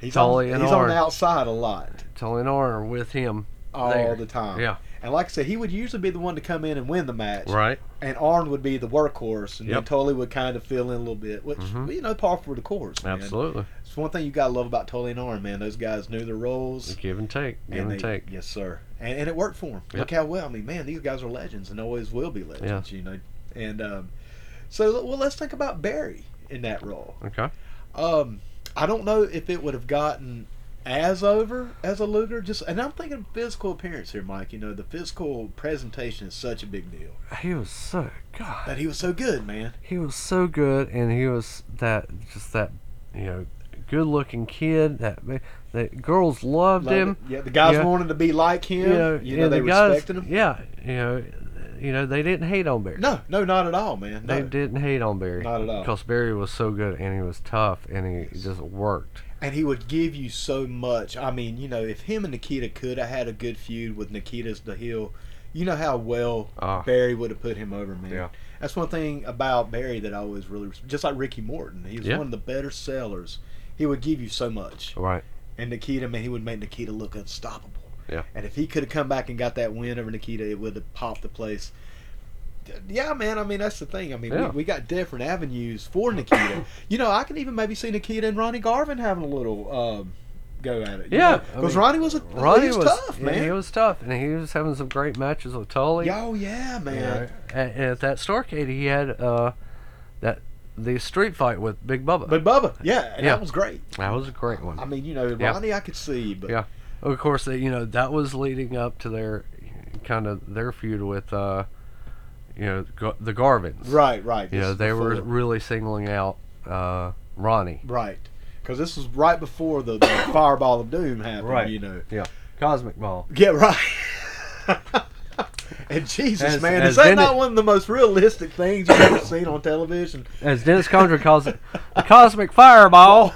he's,
Tully
on,
and
he's on
Orr.
the outside a lot
Tully and Orr are with him.
all
There.
the time
Yeah.
and like i said he would usually be the one to come in and win the match
Right.
and Arn would be the workhorse, and then
Yep.
Tully would kind of fill in a little bit, which
Mhm.
you know, par for the course. Man.
Absolutely.
it's one thing you gotta love about Tully and Arn, man. Those guys knew their roles,
Give and take. Give
and
and,
they,
take.
yes, sir, and, and it worked for them.
Yep.
Look how well. I mean, man, these guys are legends and always will be legends. You know, and um, so well, let's think about Barry in that role.
Okay.
Um, I don't know if it would have gotten as over as a Luger. Just and I'm thinking physical appearance here, Mike. You know, the physical presentation is such a big deal.
He was so God.
But he was so good, man.
He was so good, and he was that just that you know good looking kid. That ma- the girls loved,
Loved
him.
it. Yeah, the guys
Yeah.
wanted to be like him. You know,
and
they
the guys-
respected him.
Yeah, you know, you know they didn't hate on Barry.
No, no, not at all, man. No.
They didn't hate on Barry.
Not at all.
Because Barry was so good and he was tough and he just worked.
And he would give you so much. I mean, you know, if him and Nikita could have had a good feud with Nikita's the heel, you know how well
Ah.
Barry would have put him over, man.
Yeah.
That's one thing about Barry that I always really, res- just like Ricky Morton, he was
Yeah. Oh.
one of the better sellers. He would give you so much.
Right.
And Nikita, man, he would make Nikita look unstoppable.
Yeah.
And if he could have come back and got that win over Nikita, it would have popped the place. D- Yeah, man. I mean, that's the thing. I mean,
Yeah.
we, we got different avenues for
[COUGHS]
Nikita. you know, I can even maybe see Nikita and Ronnie Garvin having a little um, go at it. you
Yeah,
know?
I
'Cause
mean,
Ronnie was a
Ronnie
he was, tough,
yeah, He
man.
was tough and he was having some great matches with Tully.
Yeah, oh yeah,
you
man.
know. At, at that Starcade, he had uh, that the street fight with Big Bubba.
But Bubba, yeah, and
Yeah.
that was great.
that was a great one.
I mean, you know,
Yeah.
Ronnie, I could see, but
Yeah. of course, they, you know that was leading up to their kind of their feud with uh, you know Gar- the Garvins.
right, right. this
You know
is
they were
before.
really singling out uh, Ronnie.
right because this was right before the, the
[COUGHS]
Fireball of Doom happened.
Right.
you know.
Cosmic Ball.
Yeah, right. [LAUGHS] and Jesus,
As-
man,
as
is that
Dennis-
not one of the most realistic things you've ever seen on television?
As Dennis Condra calls it, [LAUGHS] the Cosmic [LAUGHS] Fireball.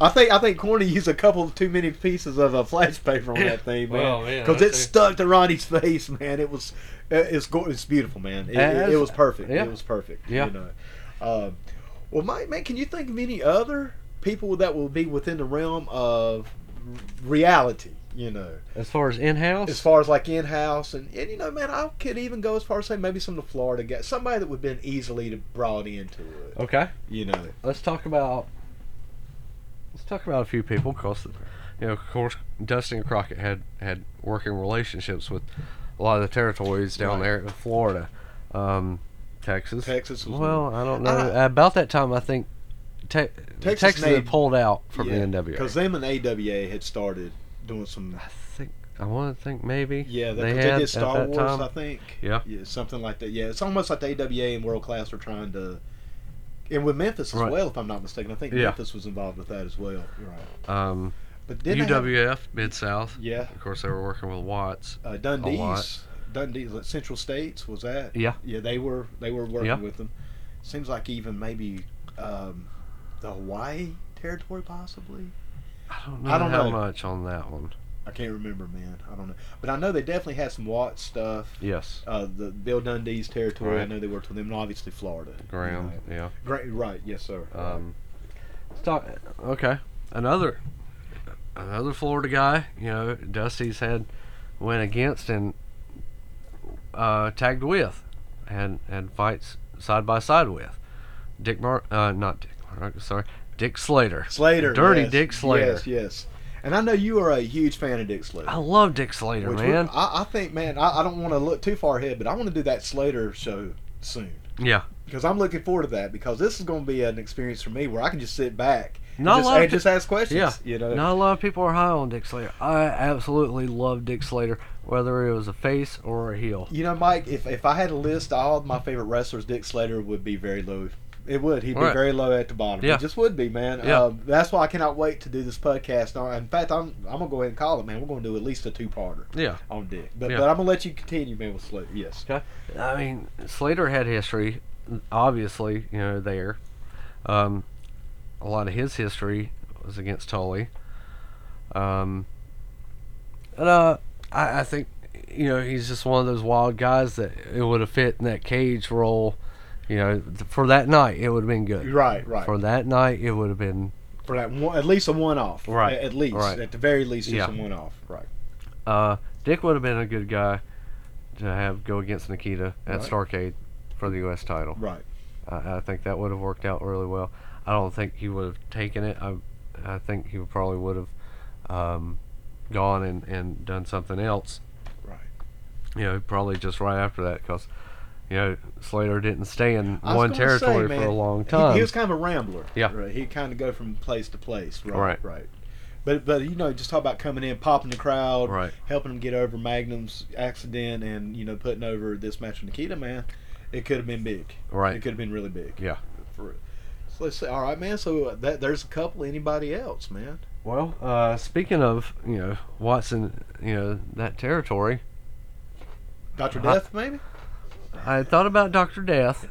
I think I think Corny used a couple too many pieces of uh, flash paper on
Yeah.
that thing,
[LAUGHS] Well,
man,
yeah,
because it
that's it.
stuck to Ronnie's face, man. It was uh, it's go- it's beautiful, man. It, it,
As-
it was perfect.
yeah.
It was perfect.
Yeah.
You know. Um, well, Mike, man, can you think of any other people that will be within the realm of r- reality? You know.
As far as in
as
house,
far as like in house and, and you know man I could even go as far as say maybe some of the Florida guys somebody that would have been easily to brought into it
okay.
you know
Let's talk about let's talk about a few people because you know of course Dustin and Crockett had had working relationships with a lot of the territories down
Right.
there in Florida, um, Texas.
Texas was
Well, I don't know.
I-
About that time, I think te- Texas,
made-
had pulled out from the NWA.
because them and AWA had started doing some
I think I want to think maybe.
yeah they,
they,
'cause
had
they did Star
at that
Wars
time.
I think
Yeah.
yeah something like that yeah it's almost like the AWA and World Class are trying to and with Memphis as
Right.
well if I'm not mistaken I think
Yeah.
Memphis was involved with that as well You're right
Um,
but then
UWF Mid South.
yeah
Of course, they were working with Watts.
uh,
lot.
Dundee's Dundee's like Central States was that?
Yeah.
yeah, they were they were working
Yeah.
with them. Seems like even maybe um, the Hawaii territory possibly.
I don't know
I don't
how
know.
much on that one.
I can't remember, man. I don't know, but I know they definitely had some Watt stuff.
Yes,
Uh, the Bill Dundee's territory. I
Right.
know they worked with them, and obviously Florida. you
Graham.
know.
Yeah.
Great, right? Yes, sir.
Um, let's talk. Okay, another another Florida guy. You know, Dusty's had went against and uh, tagged with, and and fights side by side with Dick Mar. Uh, not Dick. Mar- Sorry, Dick Slater.
Slater,
Dirty
yes,
Dick Slater.
Yes, yes. And I know you are a huge fan of Dick Slater.
I love Dick Slater,
which we're-
man.
I, I think, man, I, I don't want to look too far ahead, but I want to do that Slater show soon.
Yeah.
Because I'm looking forward to that because this is going to be an experience for me where I can just sit back and,
Not a
just, uh,
lot of
and
pe-
just ask questions.
Yeah.
You know,
Not a lot of people are high on Dick Slater. I absolutely love Dick Slater. whether it was a face or a heel.
You know, Mike, if, if I had a list, all of my favorite wrestlers, Dick Slater would be very low. It would. He'd be
Right.
very low at the bottom.
Yeah.
He just would be, man.
Yeah.
Um, that's why I cannot wait to do this podcast. Now, In fact, I'm I'm gonna go ahead and call it, man. We're gonna do at least a two-parter
Yeah.
on Dick, but
Yeah.
but I'm gonna let you continue, man, with Slater. Yes.
I mean, Slater had history, obviously, you know, there. Um, a lot of his history was against Tully. Um, and, uh, I, I think, you know, he's just one of those wild guys that it would have fit in that cage role, you know, th- for that night, it would have been good.
Right, right.
For that night, it would have been
For that one, at least a one-off.
Right,
At, at least,
right.
at the very least, just
Yeah.
a one-off. Right.
Uh, Dick would have been a good guy to have go against Nikita at
Right.
Starcade for the U.S. title.
Right.
I, I think that would have worked out really well. I don't think he would have taken it. I, I think he probably would have um, gone and, and done something else.
Right.
You know, probably just right after that because, you know, Slater didn't stay in
I was
one
gonna
territory
say,
for
man,
a long
he-
time.
He, was kind of a rambler.
Yeah.
Right. He'd kind of go from place to place. Right.
Right.
Right. But but you know, just talk about coming in, popping the crowd,
Right.
helping him get over Magnum's accident, and you know, putting over this match with Nikita. Man, it could have been big.
Right.
It could have been really big.
Yeah.
For, so let's say, all right, man. So uh, that there's a couple. Anybody else, man?
Well, uh, speaking of, you know, Watson, you know, that territory,
Doctor
I-
Death, maybe.
I had thought about Doctor Death.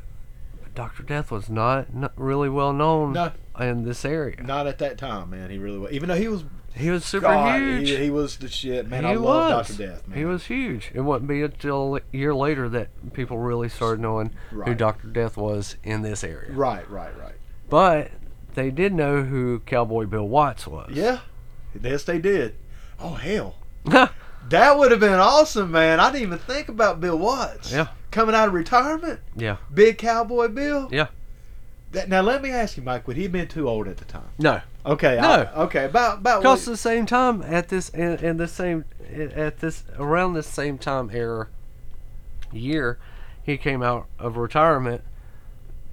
but Doctor Death was not, not really well known
No.
in this area.
Not at that time, man. He really was. Even though he was
He was super
God,
huge.
He, he was the shit, man. I
He
love
was.
Doctor Death, man.
He was huge. It wouldn't be until a year later that people really started knowing who
Right.
Doctor Death was in this area.
Right, right, right.
But they did know who Cowboy Bill Watts was.
Yeah. Yes, they did. Oh hell. That would have been awesome, man. I didn't even think about Bill Watts.
Yeah.
Coming out of retirement.
Yeah.
Big cowboy Bill.
Yeah.
That, now let me ask you, Mike. Would he have been too old at the time?
No,
Okay. I- okay. About about.
because
What,
the same time at this in, in the same at this around this same time era year, he came out of retirement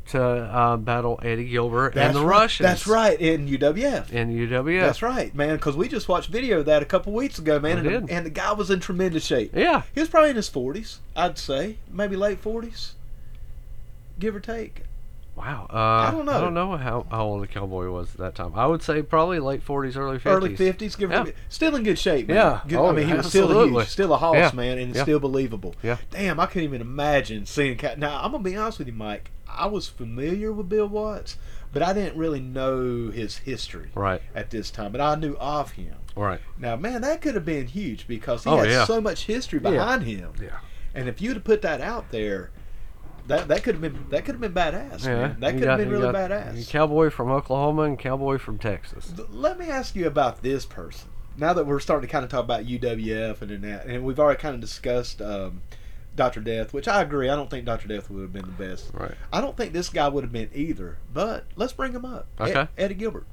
to uh, battle Eddie Gilbert
that's
and the
right,
Russians.
That's right. In UWF.
In UWF.
That's right, man. Because we just watched video of that a couple weeks ago, man. and,
We did.
The, and the guy was in tremendous shape.
Yeah.
He was probably in his forties, I'd say, maybe late forties, give or take.
Wow. Uh, I
don't
I
know.
don't know how, how old the cowboy was at that time. I would say probably late 40s, early 50s.
Early fifties, give or
Yeah.
take. Still in good shape, man.
Yeah.
Good-
Oh,
I mean, he was still a
absolutely.
huge, still a hoss,
Yeah.
man, and
Yeah.
still believable.
Yeah.
Damn, I couldn't even imagine seeing Cat. Now, I'm gonna be honest with you, Mike. I was familiar with Bill Watts, but I didn't really know his history
Right.
at this time. But I knew of him.
Right.
Now, man, that could have been huge because he
Oh,
had
yeah.
so much history
Yeah.
behind him.
Yeah.
And if you'd have put that out there, that that could have been that could have been badass.
Yeah.
Man. That
you
could have
got-
been
you
really
got
badass.
Cowboy from Oklahoma and cowboy from Texas.
Th- Let me ask you about this person. Now that we're starting to kind of talk about UWF and then that, and we've already kind of discussed um, Doctor Death, which I agree. I don't think Doctor Death would have been the best.
Right.
I don't think this guy would have been either. But let's bring him up. Ed-
Okay.
Eddie Gilbert,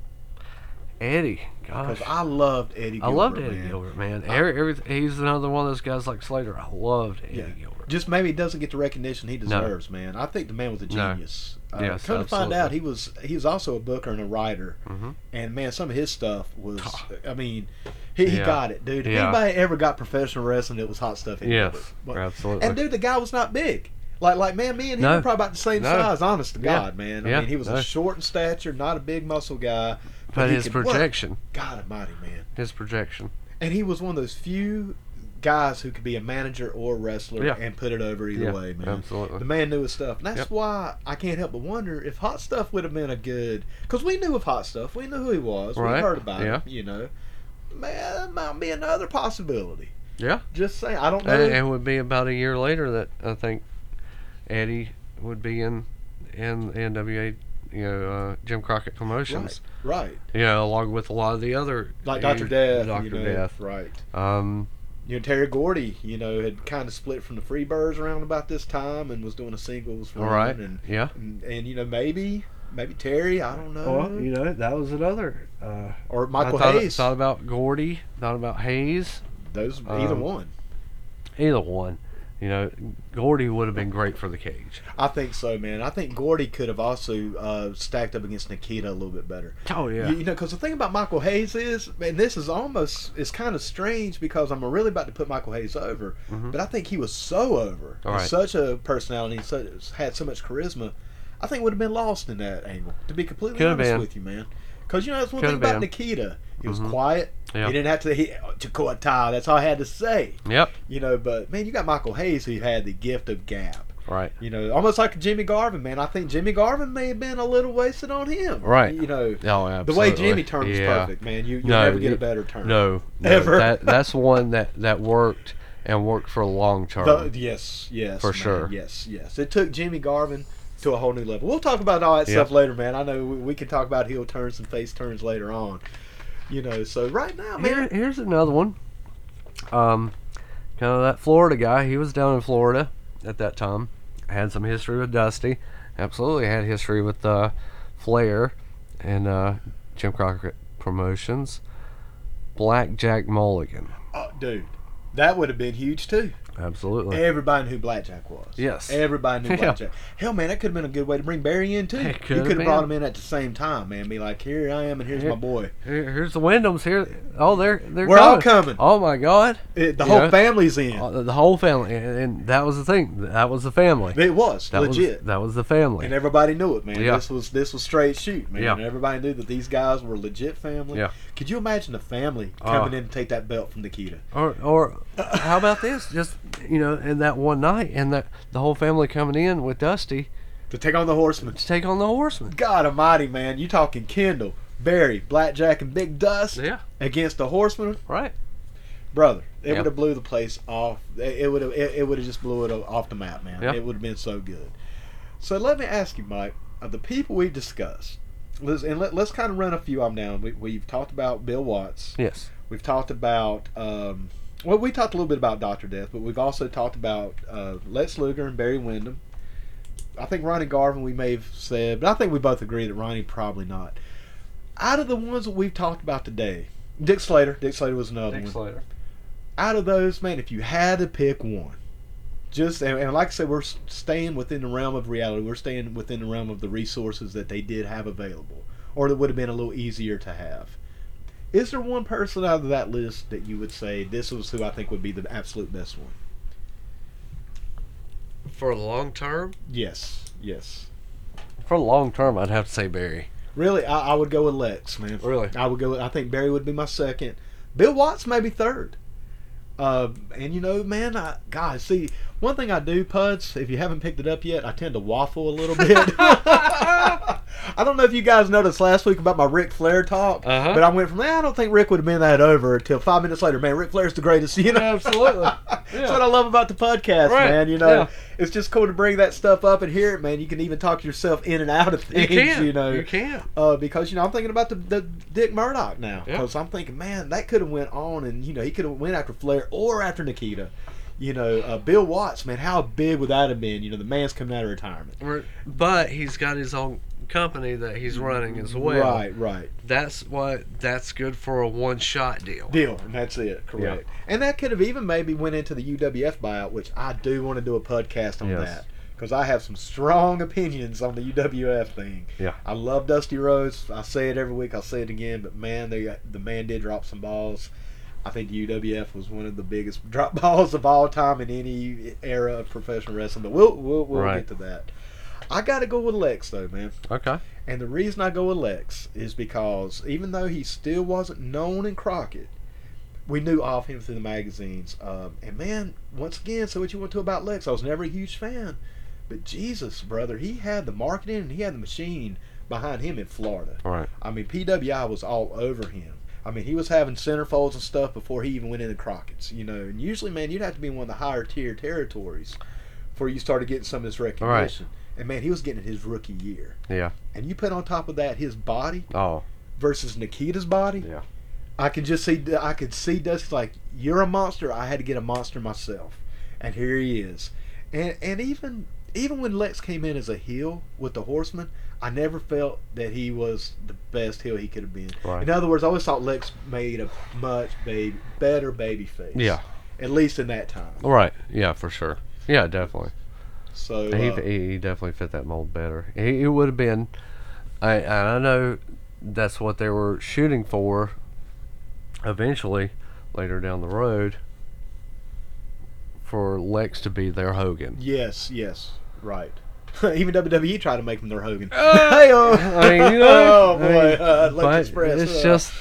Eddie. Gosh.
because I loved Eddie.
I
Gilbert,
loved Eddie
man.
Gilbert, man. Every, every, he's another one of those guys like Slater. I loved Eddie
Yeah.
Gilbert.
Just maybe doesn't get the recognition he deserves, man. I think the man was a
No.
genius. Uh,
Yes,
come to find
absolutely.
out, he was he was also a booker and a writer.
Mhm.
And man, some of his stuff was I mean, he, he
Yeah.
got it, dude. If
Yeah.
anybody ever got professional wrestling, it was hot stuff. He
Yes,
did it.
absolutely.
And dude, the guy was not big. Like like man, me and him
No.
were probably about the same
No.
size. Honest to
Yeah.
God, man. I
Yeah.
mean, he was
No.
a short in stature, not a big muscle guy.
But
he
his
could work.
projection.
God Almighty, man.
His projection.
And he was one of those few guys who could be a manager or wrestler
Yeah.
and put it over either
Yeah,
way, man.
absolutely.
The man knew his stuff. And that's
Yep.
why I can't help but wonder if Hot Stuff would have been a good. Because we knew of Hot Stuff. We knew who he was. We
Right,
heard about
yeah.
him, you know. Man, that might be another possibility.
Yeah.
Just saying. I don't know.
And it would be about a year later that I think Eddie would be in in the NWA, you know, uh, Jim Crockett Promotions.
right.
Yeah, You know, along with a lot of the other
Like
you-
Dr. Death.
Dr.
you know,
Death.
Right.
Um,
You know, Terry Gordy, you know, had kind of split from the Freebirds around about this time and was doing a singles
all
run.
right.
And,
yeah.
and, and, you know, maybe. Maybe Terry, I don't know.
know, that was another. Uh,
or Michael
I thought,
Hayes.
thought about Gordy. Thought about Hayes.
Those
um,
either one.
Either one. You know, Gordy would have been great for the cage.
I think so, man. I think Gordy could have also uh, stacked up against Nikita a little bit better.
Oh yeah.
You, you know, because the thing about Michael Hayes is, and this is almost, it's kind of strange because I'm really about to put Michael Hayes over,
Mhm.
but I think he was so over,
All
and
right.
such a personality, and so, had so much charisma. I think would have been lost in that angle. To be completely
Could have
honest
been.
with you, man, because you know that's one
Could
thing
have
about
been.
Nikita. He was
Mhm.
quiet.
Yeah.
He didn't have to. He, to quote Ty, that's all I had to say.
Yep.
You know, but man, you got Michael Hayes who had the gift of gab.
Right.
You know, almost like Jimmy Garvin, man. I think Jimmy Garvin may have been a little wasted on him.
Right.
You know,
Oh,
the
absolutely.
way Jimmy turned was
Yeah.
perfect, man. You, you'll
No,
never get
you-
a better turn.
No, no,
Ever.
That, that's one that that worked and worked for a long term.
The- yes, yes.
For
man.
sure.
Yes, yes. It took Jimmy Garvin to a whole new level. We'll talk about all that
Yeah.
stuff later, man. I know we, we can talk about heel turns and face turns later on. You know, so right now,
Here,
man.
here's another one. Um, kind of that Florida guy. He was down in Florida at that time. Had some history with Dusty. Absolutely had history with uh, Flair and uh, Jim Crockett Promotions. Black Jack Mulligan.
Oh, dude, that would have been huge, too.
Absolutely.
Everybody knew Blackjack was.
Yes.
Everybody knew
[LAUGHS] Yeah.
Blackjack. Hell, man, that could have been a good way to bring Barry in too.
It
you
could've
could have brought him
been.
in at the same time, man. Be like, here I am, and here's
Here-
my boy.
Here- here's the Wyndhams. Here, oh, they're they're
We're all coming.
Oh my God,
It- the
You
whole
know?
family's in.
Uh, the whole family, and, and that was the thing. That was the family.
it was
that
legit,
Was, that was the family.
and everybody knew it, man.
Yeah.
This was this was straight shoot, man.
Yeah.
And everybody knew that these guys were legit family.
Yeah.
Could you imagine the family
Oh.
coming in to take that belt from Nikita?
Or, or how about this? Just you know, in that one night, and that the whole family coming in with Dusty
To take on the Horsemen.
to take on the Horsemen.
God Almighty, man! You talking Kendall, Barry, Blackjack, and Big Dust
Yeah,
against the Horsemen?
right.
brother. It
Yeah.
would have blew the place off. It it would have it, it would have just blew it off the map, man.
Yeah.
It would have been so good. So let me ask you, Mike, of the people we discussed, let's, and let, let's kind of run a few of them down. We, we've talked about Bill Watts.
Yes.
We've talked about um, well, we talked a little bit about Doctor Death, but we've also talked about uh, Lex Luger and Barry Windham. I think Ronnie Garvin we may have said, but I think we both agree that Ronnie probably not. Out of the ones that we've talked about today, Dick Slater, Dick Slater was another one
Slater.
out of those, man, if you had to pick one, just and, and like I said, we're s- staying within the realm of reality. We're staying within the realm of the resources that they did have available, or that would have been a little easier to have. Is there one person out of that list that you would say this was who I think would be the absolute best one?
For the long term.
Yes, yes.
For the long term, I'd have to say Barry.
Really, I, I would go with Lex, man.
Really?
I would go. With, I think Barry would be my second. Bill Watts maybe third. Uh, and you know, man, I God, see, one thing I do, Puds, if you haven't picked it up yet, I tend to waffle a little bit.
[LAUGHS]
[LAUGHS] I don't know if you guys noticed last week about my Ric Flair talk,
Uh-huh.
but I went from, "Ah, I don't think Rick would have been that over until five minutes later. Man, Ric Flair's the greatest, you know?
Absolutely.
[LAUGHS] That's what I love about the podcast,
Right.
man. You know,
Yeah.
it's just cool to bring that stuff up and hear it, man. You can even talk yourself in and out of things,
You can.
you know
You can.
uh, because you know I'm thinking about the, the Dick Murdoch now
Yeah.
because I'm thinking, man, that could have went on, and you know he could have went after Flair or after Nikita. You know, uh, Bill Watts, man, how big would that have been? You know, the man's coming out of retirement.
We're- But he's got his own company that he's running as well.
Right, right.
That's what. That's good for a one-shot deal.
Deal, and that's it. Correct. And that could have even maybe went into the UWF buyout, which I do want to do a podcast on that. 'Cause
Yes.
that because I have some strong opinions on the UWF thing.
Yeah.
I love Dusty Rhodes. I say it every week. I'll say it again. But man, they, the man did drop some balls. I think the UWF was one of the biggest [LAUGHS] drop balls of all time in any era of professional wrestling. But we'll we'll, we'll get
Right.
to that. I got to go with Lex though, man.
Okay.
And the reason I go with Lex is because even though he still wasn't known in Crockett, we knew of him through the magazines. Um, and man, once again, say what you want to about Lex. I was never a huge fan. But Jesus, brother, he had the marketing and he had the machine behind him in Florida.
All right.
I mean, PWI was all over him. I mean, he was having centerfolds and stuff before he even went into Crockett's, you know. And usually, man, you'd have to be in one of the higher tier territories before you started getting some of this recognition. And man, he was getting it his rookie year.
Yeah.
And you put on top of that his body
Oh.
versus Nikita's body.
Yeah.
I could just see I could see Dusty's like, You're a monster, I had to get a monster myself. And here he is. And and even even when Lex came in as a heel with the horseman, I never felt that he was the best heel he could have been.
Right.
In other words, I always thought Lex made a much baby better baby face.
Yeah.
At least in that time.
All right. Yeah, for sure. Yeah, definitely.
So
He,
uh,
he definitely fit that mold better. He, it would have been. I and I know that's what they were shooting for. Eventually, later down the road, for Lex to be their Hogan.
yes, yes, right. [LAUGHS] Even WWE tried to make him their Hogan.
Uh, [LAUGHS] I mean, you know,
oh
I
boy,
mean,
uh,
but
Lex Express.
it's
uh.
just,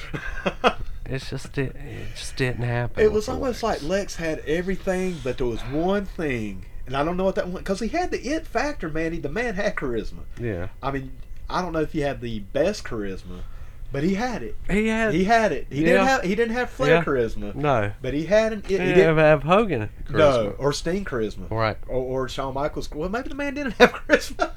uh. [LAUGHS] it's just, it, it just didn't happen.
It
with
was
the
almost
Lex.
like Lex had everything, but there was one thing, and I don't know what that one because he had the it factor, man. He the man had charisma.
yeah,
I mean, I don't know if he had the best charisma, but he had it.
he had
He had it. He
Yeah.
didn't have he didn't have flair
Yeah.
charisma,
no,
but he had an it. He
he didn't
didn't,
have Hogan.
no,
Charisma.
or Sting charisma, or,
right.
or Shawn Michaels. Well, maybe the man didn't have charisma.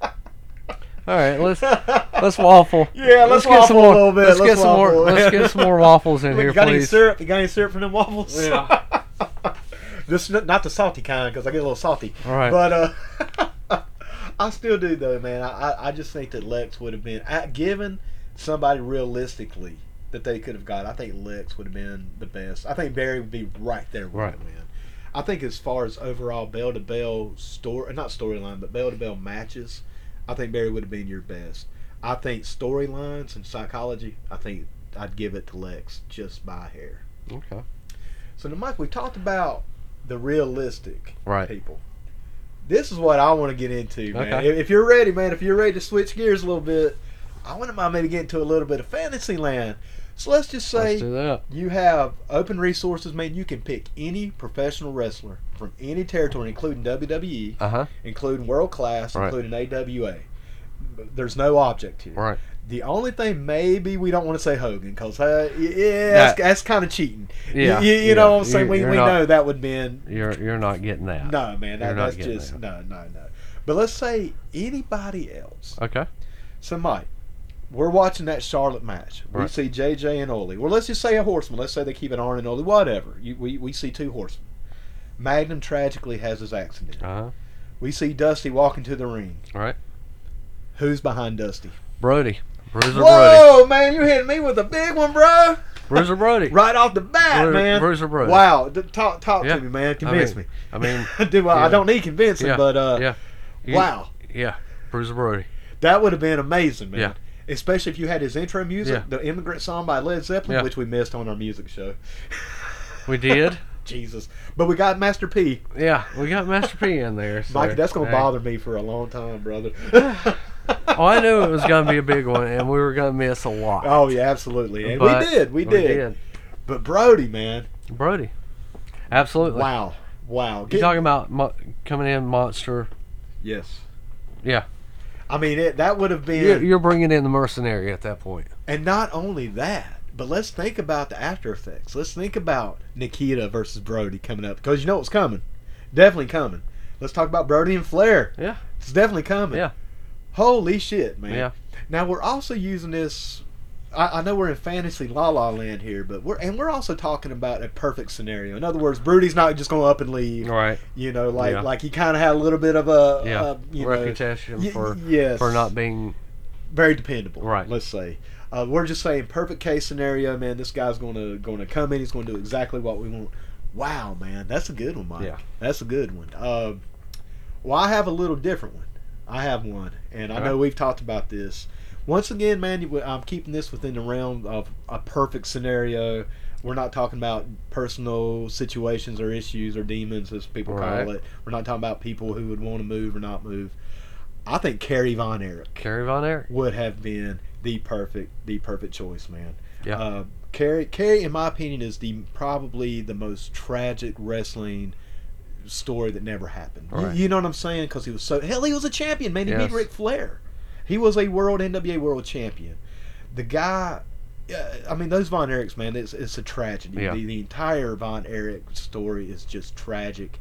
All right,
[LAUGHS]
let's let's waffle.
Yeah, let's waffle a
more,
little bit.
Let's,
Let's
get some more.
waffle.
Let's get some more waffles in
[LAUGHS] Look,
here,
you got any
please.
syrup? You got any syrup for them waffles?
Yeah.
[LAUGHS] this n- not the salty kind because I get a little salty.
All right.
But uh, [LAUGHS] I still do though, man. I, I, I just think that Lex would have been I, given somebody realistically that they could have got. I think Lex would have been the best. I think Barry would be right there with
Right.
him, man. I think as far as overall bell to bell story, not storyline, but bell to bell matches, I think Barry would have been your best. I think storylines and psychology, I think I'd give it to Lex just by a hair.
okay.
So now, Mike, we talked about the realistic
Right.
people. This is what I want to get into, man.
Okay.
If- If you're ready, man, if you're ready to switch gears a little bit, I wouldn't mind maybe getting to a little bit of fantasy land. So let's just say
Let's do that.
you have open resources, man. You can pick any professional wrestler from any territory, including WWE,
Uh huh.
including World Class,
Right.
including AWA. There's no object here.
Right.
The only thing, maybe we don't want to say Hogan because uh, y- yeah,
That-
that's, that's kind of cheating. Y-
Yeah.
y- you,
yeah.
know what I'm saying?
You-
we
you're
we
not-
know that would been
You're you're not getting that.
no, man.
You're
That,
not
that's
getting
just no, no, no. But let's say anybody else.
Okay.
So, Mike, we're watching that Charlotte match. We
Right.
see JJ and Ole. Well, let's just say a horseman. Let's say they keep it on and Ole, whatever. You, we, we see two horsemen. Magnum tragically has his accident.
Uh huh.
We see Dusty walking to the ring.
Right.
Who's behind Dusty?
Brody. Bruiser Brody.
Whoa, man, you hitting me with a big one, bro.
Bruiser Brody.
Right off the bat,
Bru-
man.
Bruiser Brody.
Wow, th- talk talk
Yeah.
to me, man. Convince
mean,
me.
I mean,
[LAUGHS] do I,
yeah.
I don't need convincing,
Yeah,
but uh,
yeah. You-
wow,
Yeah. Bruiser Brody.
that would have been amazing, man.
Yeah.
Especially if you had his intro music,
Yeah.
the immigrant song by Led Zeppelin,
Yeah.
which we missed on our music show.
We did. [LAUGHS]
Jesus, but we got Master P.
yeah. We got Master P in there. So,
Mike, that's gonna
hey.
bother me for a long time, brother.
[LAUGHS] Oh, I knew it was gonna be a big one, and we were gonna miss a lot.
oh yeah, absolutely. And
But
we did, we did. But Brody, man,
did. Brody. Absolutely.
wow, wow.
You're
Get-
talking about mo- coming in monster.
yes.
Yeah.
I mean, it, that would have been.
You're, you're bringing in the mercenary at that point.
And not only that, but let's think about the after effects. Let's think about Nikita versus Brody coming up because you know it's coming, definitely coming. Let's talk about Brody and Flair.
Yeah.
it's definitely coming.
Yeah.
Holy shit, man.
Yeah.
Now we're also using this. I, I know we're in fantasy la la land here, but we're and we're also talking about a perfect scenario. In other words, Brody's not just going up and leave.
Right.
You know, like
Yeah.
like he kind of had a little bit of a
Yeah.
a, you know,
Reputation
y-
for
yes
for not being
very dependable.
Right.
Let's say uh, we're just saying perfect case scenario, man. This guy's going to going to come in. He's going to do exactly what we want. Wow, man, that's a good one, Mike.
Yeah.
That's a good one. Uh, well, I have a little different one. I have one, and I
Okay.
know we've talked about this. Once again, man, you- I'm keeping this within the realm of a perfect scenario. We're not talking about personal situations or issues or demons, as people
Right.
call it. We're not talking about people who would want to move or not move. I think Kerry Von Erich
Kerry Von Erich.
would have been the perfect the perfect choice, man.
Yeah.
Uh, Kerry, Kerry, in my opinion, is the probably the most tragic wrestling story that never happened. You-
Right.
You, know what I'm saying? Because he was so hell, he was a champion, man. He
Yes.
beat Ric Flair. He was a world NWA world champion. The guy. Uh, I mean, those Von Erichs, man, it's, it's a tragedy.
Yeah.
The, the entire Von Erich story is just tragic.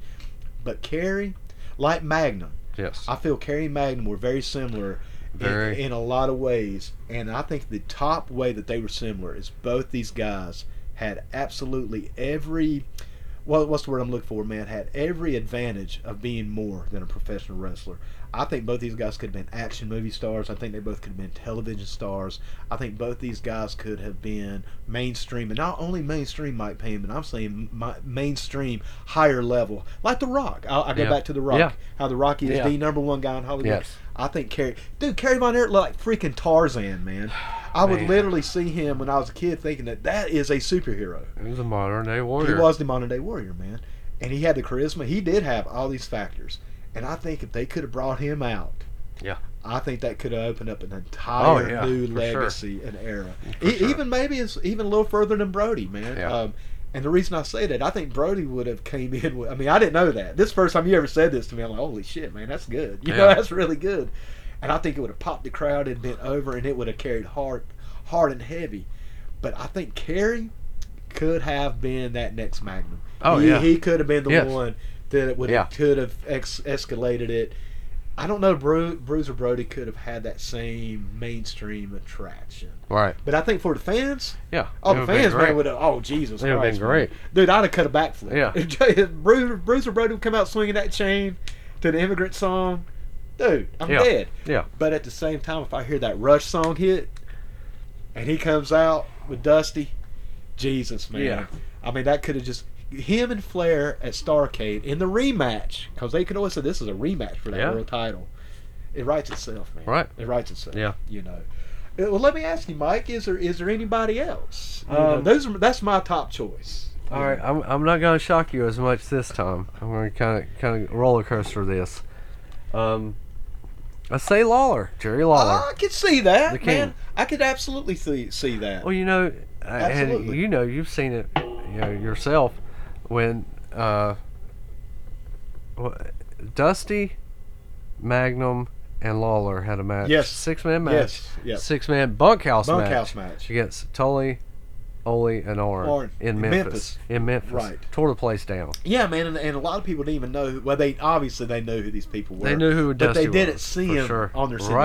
But Kerry, like Magnum,
Yes.
I feel Kerry and Magnum were very similar in-
Very.
In, a lot of ways. And I think the top way that they were similar is both these guys had absolutely every what, what's the word I'm looking for, man, had every advantage of being more than a professional wrestler. I think both these guys could have been action movie stars. I think they both could have been television stars. I think both these guys could have been mainstream, and not only mainstream Mike Payne, but I'm saying my, mainstream higher level, like The Rock. I, I go
Yeah.
back to The Rock,
Yeah.
how The Rock is
Yeah.
the number one guy in Hollywood.
Yes.
I think Carrie, dude, Carrie Von Erich looked like freaking Tarzan, man. I would
Man.
literally see him when I was a kid, thinking that that is a superhero.
He was a modern day warrior.
He was the modern day warrior, man. And he had the charisma. He did have all these factors. And I think if they could have brought him out,
Yeah. Oh,
I think that could have opened up an entire
yeah,
new
for sure.
legacy and era.
For
E-
sure.
Even maybe it's even a little further than Brody, man.
Yeah.
Um, and the reason I say that, I think Brody would have came in with. I mean, I didn't know that. This first time you ever said this to me, I'm like, holy shit, man, that's good. You know,
Yeah.
that's really good. And I think it would have popped the crowd and bent over, and it would have carried hard, hard and heavy. But I think Kerry could have been that next Magnum.
Oh,
he,
yeah.
he could have been the
Yes.
one that would
Yeah.
could have ex- escalated it. I don't know. Bru- Bruiser Brody could have had that same mainstream attraction,
Right.
but I think for the fans,
Yeah.
oh,
It
the
would've been
fans,
great.
man, would have. Oh, Jesus
It would've
Christ,
been
man.
great.
dude! I'd have cut a backflip.
Yeah.
[LAUGHS] If Bru- Bruiser Brody would come out swinging that chain to the immigrant song, dude, I'm
Yeah.
dead.
Yeah.
But at the same time, if I hear that Rush song hit, and he comes out with Dusty, Jesus, man.
Yeah.
I mean, that could have just him and Flair at Starcade in the rematch because they could always say this is a rematch for that
Yeah.
world title. It writes itself, man.
Right.
It writes itself.
Yeah.
You know. Uh, Well, let me ask you, Mike. Is there is there anybody else? You
Um,
know, those are, that's my top choice.
All right, I'm, I'm not gonna shock you as much this time. I'm gonna kind of kind of roller coaster this. Um, I say Lawler, Jerry Lawler.
I could see that,
The
man.
king.
I could absolutely see see that.
Well, you know, uh, and
Absolutely.
you know, you've seen it, you know, yourself when uh, wha- Dusty, Magnum, and Lawler had a match.
Yes.
Six man match.
yes. Yes.
Six man bunkhouse,
Bunkhouse
match
match.
against Tully, Ole, and Orrin,
Orrin,
in
in
Memphis.
Memphis.
In Memphis,
Right.
Tore the place down.
Yeah, man, and, and a lot of people didn't even know. who- Well, they obviously they knew who these people were.
They knew who
but
Dusty
they didn't
was,
see
for
him
sure.
on their syndication.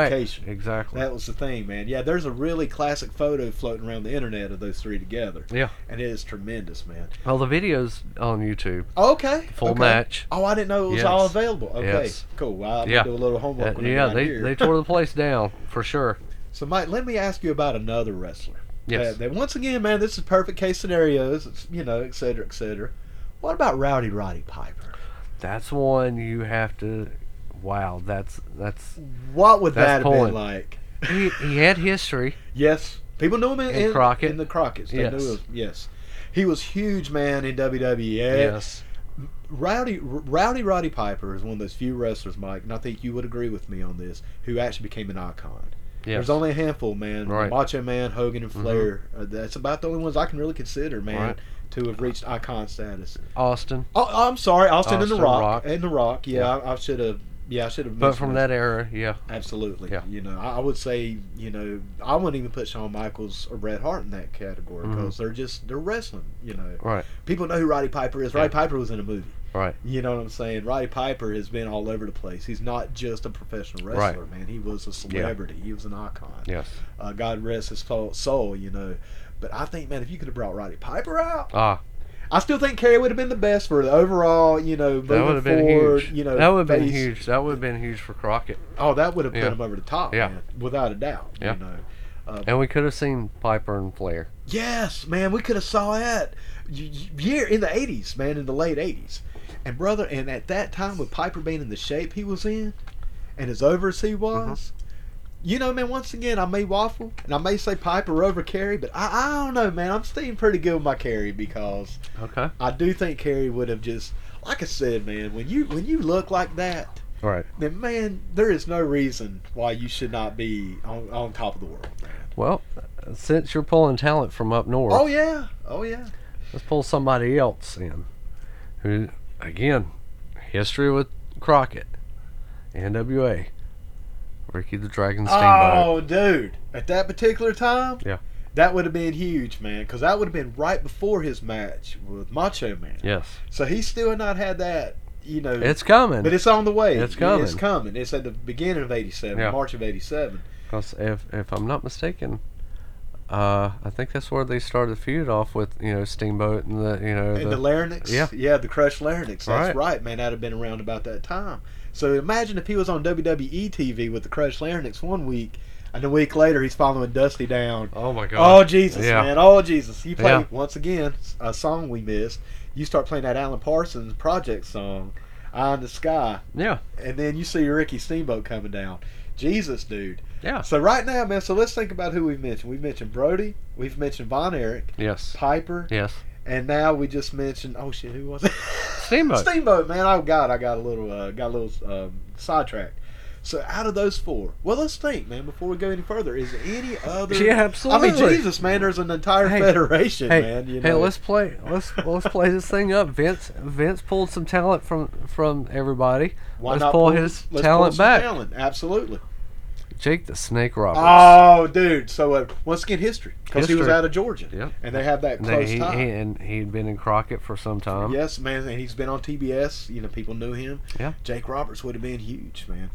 Right. Exactly.
That was the thing, man. Yeah, there's a really classic photo floating around the internet of those three together.
Yeah.
and it is tremendous, man.
well, the video's on YouTube.
Okay,
Full
okay.
match.
Oh, I didn't know it was
Yes.
all available. Okay,
Yes.
cool. Well, I'll
Yeah.
do a little homework.
Uh,
when I
yeah,
get
they,
here.
they tore the place down for sure.
[LAUGHS] so, Mike, let me ask you about another wrestler.
Yes.
That, that once again, man, this is perfect case scenarios. It's, you know, et cetera, et cetera. What about Rowdy Roddy Piper?
That's one you have to. Wow, that's that's
What would that have
That's
been
pulling.
like?
he, he
[LAUGHS]
had history.
Yes, people knew him in,
In
in
Crockett.
In the Crockett's, they
Yes.
knew him. Yes, he was huge man in WWE.
Yes.
Rowdy Rowdy Roddy Piper is one of those few wrestlers, Mike, and I think you would agree with me on this, who actually became an icon.
Yes.
There's only a handful, man.
Right. Mm-hmm.
Macho Man, Hogan, and Flair. Uh, That's about the only ones I can really consider, man,
Right.
to have reached icon status.
Austin,
Oh, I'm sorry, Austin, and the
Austin,
Rock,
Rock.
and the Rock. Yeah,
Yeah.
I, I should have. Yeah, I should have.
but
mentioned
from
those
that era, yeah,
Absolutely.
Yeah.
You know, I I would say, you know, I wouldn't even put Shawn Michaels or Bret Hart in that category
Mhm.
because they're just they're wrestling. You know,
right,
people know who Roddy Piper is.
Yeah.
Roddy Piper was in a movie.
right,
You know what I'm saying? Roddy Piper has been all over the place. He's not just a professional
Right.
wrestler, man. He was a celebrity. He was an icon.
yes.
Uh, God rest his soul, soul, you know. But I think, man, if you could have brought Roddy Piper out,
Ah,
I still think Kerry would have been the best for the overall, you know, moving
that would have been
forward,
huge.
you know,
that would have been
face.
huge. That would have been huge for Crockett,
Oh, that would have put
Yeah.
him over the top,
Yeah.
man, without a doubt.
Yeah.
You know.
and we could have seen Piper and Flair.
Yes, man, we could have saw that y- y- year in the '80s, man, in the late '80s, and brother, and at that time with Piper being in the shape he was in, and as over as he was.
Mm-hmm.
You know, man. Once again, I may waffle and I may say Piper over Carey, but I, I don't know, man. I'm staying pretty good with my Carey because
Okay,
I do think Carey would have just, like I said, man. When you when you look like that,
right.
then man, there is no reason why you should not be on, on top of the world. man.
Well, since you're pulling talent from up north,
Oh yeah, oh yeah.
let's pull somebody else in, who again, history with Crockett, NWA, Ricky the Dragon Steamboat.
Oh, dude! At that particular time,
Yeah.
that would have been huge, man, because that would have been right before his match with Macho Man.
Yes,
So he still had not had that, you know.
it's coming.
but it's on the way.
It's
It's
coming.
coming. It's at the beginning of '87,
Yeah.
March of '87.
'Cause if if I'm not mistaken, Uh, I think that's where they started the feud off with you know Steamboat and the you know
And the larynx?
yeah.
Yeah, the crushed larynx. That's
Right.
right. man. That'd have been around about that time. So imagine if he was on WWE TV with the crushed larynx one week, and a week later he's following Dusty down.
oh my
Oh,
god
Jesus,
Yeah.
man. Oh, Jesus. You play,
Yeah.
once again, a song we missed. You start playing that Alan Parsons project song, Eye in the Sky,
yeah
and then you see Ricky Steamboat coming down. Jesus, dude.
yeah
So right now, man, so let's think about who we've mentioned. We've mentioned Brody. We've mentioned Von Erich,
yes
Piper.
yes
And now we just mentioned oh shit, who was it? [LAUGHS]
Steamboat.
Steamboat, man. Oh god, I got a little uh, got a little um, sidetracked. So out of those four, well, let's think, man. Before we go any further, is there
[LAUGHS]
any other?
yeah absolutely
I mean, Jesus, man. There's an entire
Hey,
federation,
hey
man. You know?
hey let's play let's let's play this thing up Vince Vince pulled some talent from from everybody
Why
let's
not
pull his
let's
talent
pull some
back.
Talent. Absolutely.
Jake the Snake Roberts
Oh, dude. So uh, once again, history because he was
History.
out of Georgia,
Yep.
and they have that
And
close
he, he
tie.
and he'd been in Crockett for some time
Yes, man, and he's been on TBS. You know, people knew him.
Yeah.
Jake Roberts would have been huge, man.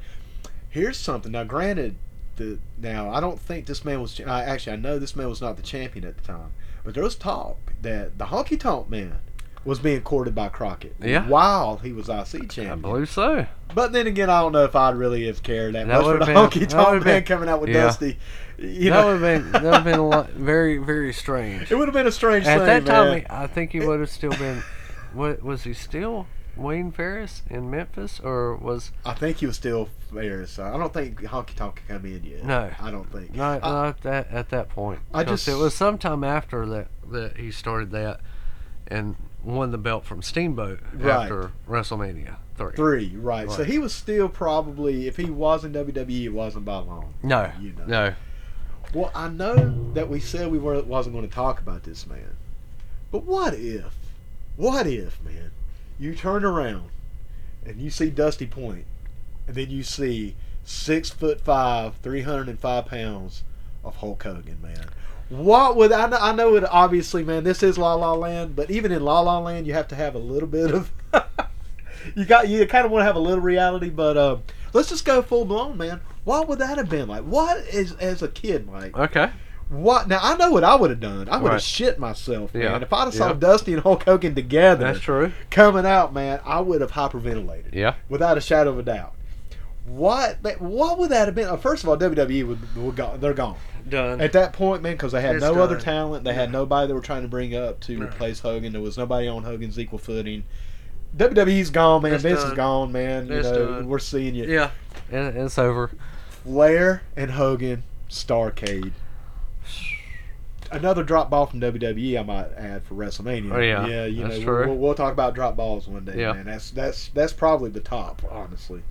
Here's something. Now, granted, the now I don't think this man was. cha- I, actually, I know this man was not the champion at the time, but there was talk that the Honky Tonk Man was being courted by Crockett.
Yeah.
While he was IC champion.
I believe so
But then again, I don't know if I'd really have cared that,
That
much for
would've
the
been-
Honky
that
Tonk
would've
Man
been-
coming out with
yeah.
Dusty. You
that
know,
would have been that
[LAUGHS]
would have been a lot, very very strange
it would have been a strange
At
thing,
that
man.
time, he- I think he would have still been. What was he still Wayne Ferris in Memphis, or was
I think he was still fair, so I don't think Honky Tonk could come in yet.
No.
I don't think. Uh,
not
I-
not that at that point?
I
'Cause
just-
it was sometime after that that he started that and won the belt from Steamboat
Right.
after WrestleMania three.
Three, right. So
Right.
he was still probably, if he was in WWE, it wasn't by long.
No,
You know.
no,
Well, I know that we said we were, wasn't going to talk about this man, but what if, what if, man, you turn around and you see Dusty Point, and then you see six foot five, three hundred and five pounds of Hulk Hogan, man. What would I know? I know it obviously, man. This is La La Land, but even in La La Land, you have to have a little bit of. [LAUGHS] you got you kind of want to have a little reality, but um, let's just go full blown, man. What would that have been like? What is as a kid, like
okay,
what? Now I know what I would have done. I would have
Right.
shit myself, man.
Yeah.
If I'd have saw
Yeah.
Dusty and Hulk Hogan together,
that's true.
coming out, man, I would have hyperventilated
Yeah,
without a shadow of a doubt. What that, what would that have been? Uh, First of all, WWE would, would go, they're gone
done.
at that point, man, because they had
It's
no other
done.
talent. They had nobody they were trying to bring up to
No.
replace Hogan. There was nobody on Hogan's equal footing. WWE's gone, man.
It's
Vince
done.
is gone, man.
It's
you know,
done.
we're seeing you.
yeah, it, it's over.
Flair and Hogan, Starcade. Another drop ball from WWE, I might add for WrestleMania.
Oh, yeah.
yeah, you
That's
know,
true.
We'll, we'll talk about drop balls one day,
Yeah.
man. That's that's that's probably the top, honestly.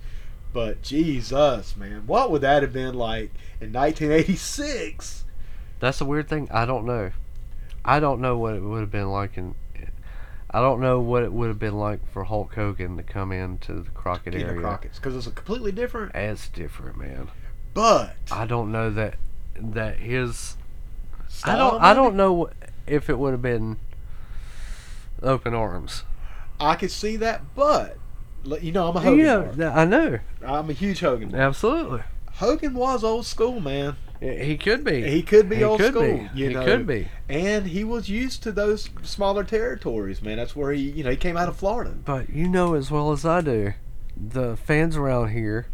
But Jesus, man, what would that have been like in 1986?
That's the weird thing. I don't know. I don't know what it would have been like in. I don't know what it would have been like for Hulk Hogan to come into the Crockett
Peter
area.
Crockett's because it's a completely different.
It's different, man.
But
I don't know that that his. I
style,
don't. I
maybe?
don't know wh- if it would have been open arms.
I could see that, but look, you know, I'm a Hogan.
Yeah,
mark.
th- I know.
I'm a huge Hogan. mark.
Absolutely.
Hogan was old school, man.
I- He could be.
He could be
He
old
could
school.
Be.
You
he
know,
could be.
and he was used to those smaller territories, man. That's where he, you know, he came out of Florida.
But you know as well as I do, the fans around here,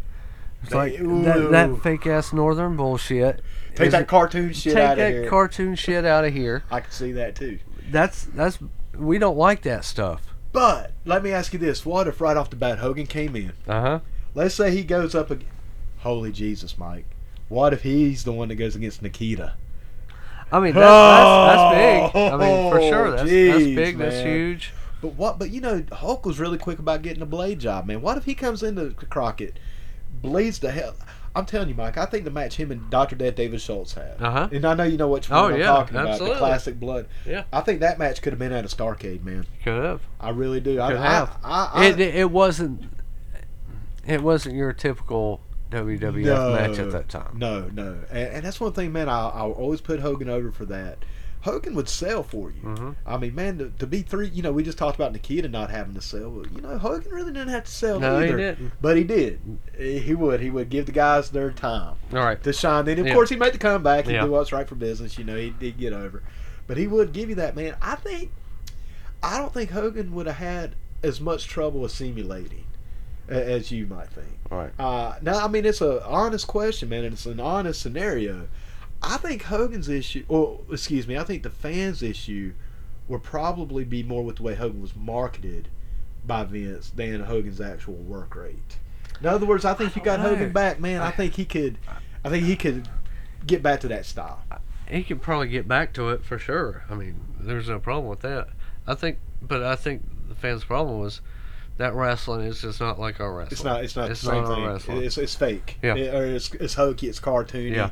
it's
They-
like that, that
ooh.
fake ass northern bullshit.
Take
is-
that cartoon shit
take
out of
that
here.
cartoon shit out of here.
I could see that too.
That's that's we don't like that stuff.
But let me ask you this: What if right off the bat Hogan came in?
Uh huh.
Let's say he goes up. Ag- Holy Jesus, Mike! What if he's the one that goes against Nikita?
I mean that's, that's, that's big. I
Oh,
mean for sure that's that's
jeez,
big. That's
man.
huge.
But what? But you know, Hulk was really quick about getting a blade job, man. What if he comes into Crockett, bleeds the hell? I'm telling you, Mike. I think the match him and Doctor Dead David Schultz had,
Uh-huh.
and I know you know what
Oh,
I'm
yeah,
talking
absolutely.
about, the classic blood.
Yeah.
I think that match could have been at a Starcade, man.
Could have.
I really do. I,
Could
I,
have.
I, I,
It it wasn't. It wasn't your typical WWF match at that time.
No, no, and, and that's one thing, man. I I always put Hogan over for that. Hogan would sell for you.
hmm
I mean, man, to, to be three, you know, we just talked about Nikita not having to sell. Well, you know, Hogan really didn't have to sell
No, he
either.
didn't.
But he did. Eh, He would. He would give the guys their time
All right.
to shine. Then, of
Yeah.
course, he made the comeback. He'd
Yeah.
do what's right for business. You know, he'd, he'd get over. But he would give you that, man. I think, I don't think Hogan would have had as much trouble assimilating a- as you might think.
Right.
Uh, no, I mean it's an honest question, man, and it's an honest scenario. I think Hogan's issue, or excuse me, I think the fans' issue would probably be more with the way Hogan was marketed by Vince than Hogan's actual work rate. In other words, I think
I
you got
don't know.
Hogan back, man. I think he could, I think he could get back to that style.
He could probably get back to it for sure. I mean, there's no problem with that. I think, but I think the fans' problem was that wrestling is just not like our wrestling.
It's not. It's not
It's
the same
not our
thing.
wrestling.
It's it's fake.
Yeah.
It- or it's it's hokey. It's cartoony.
Yeah.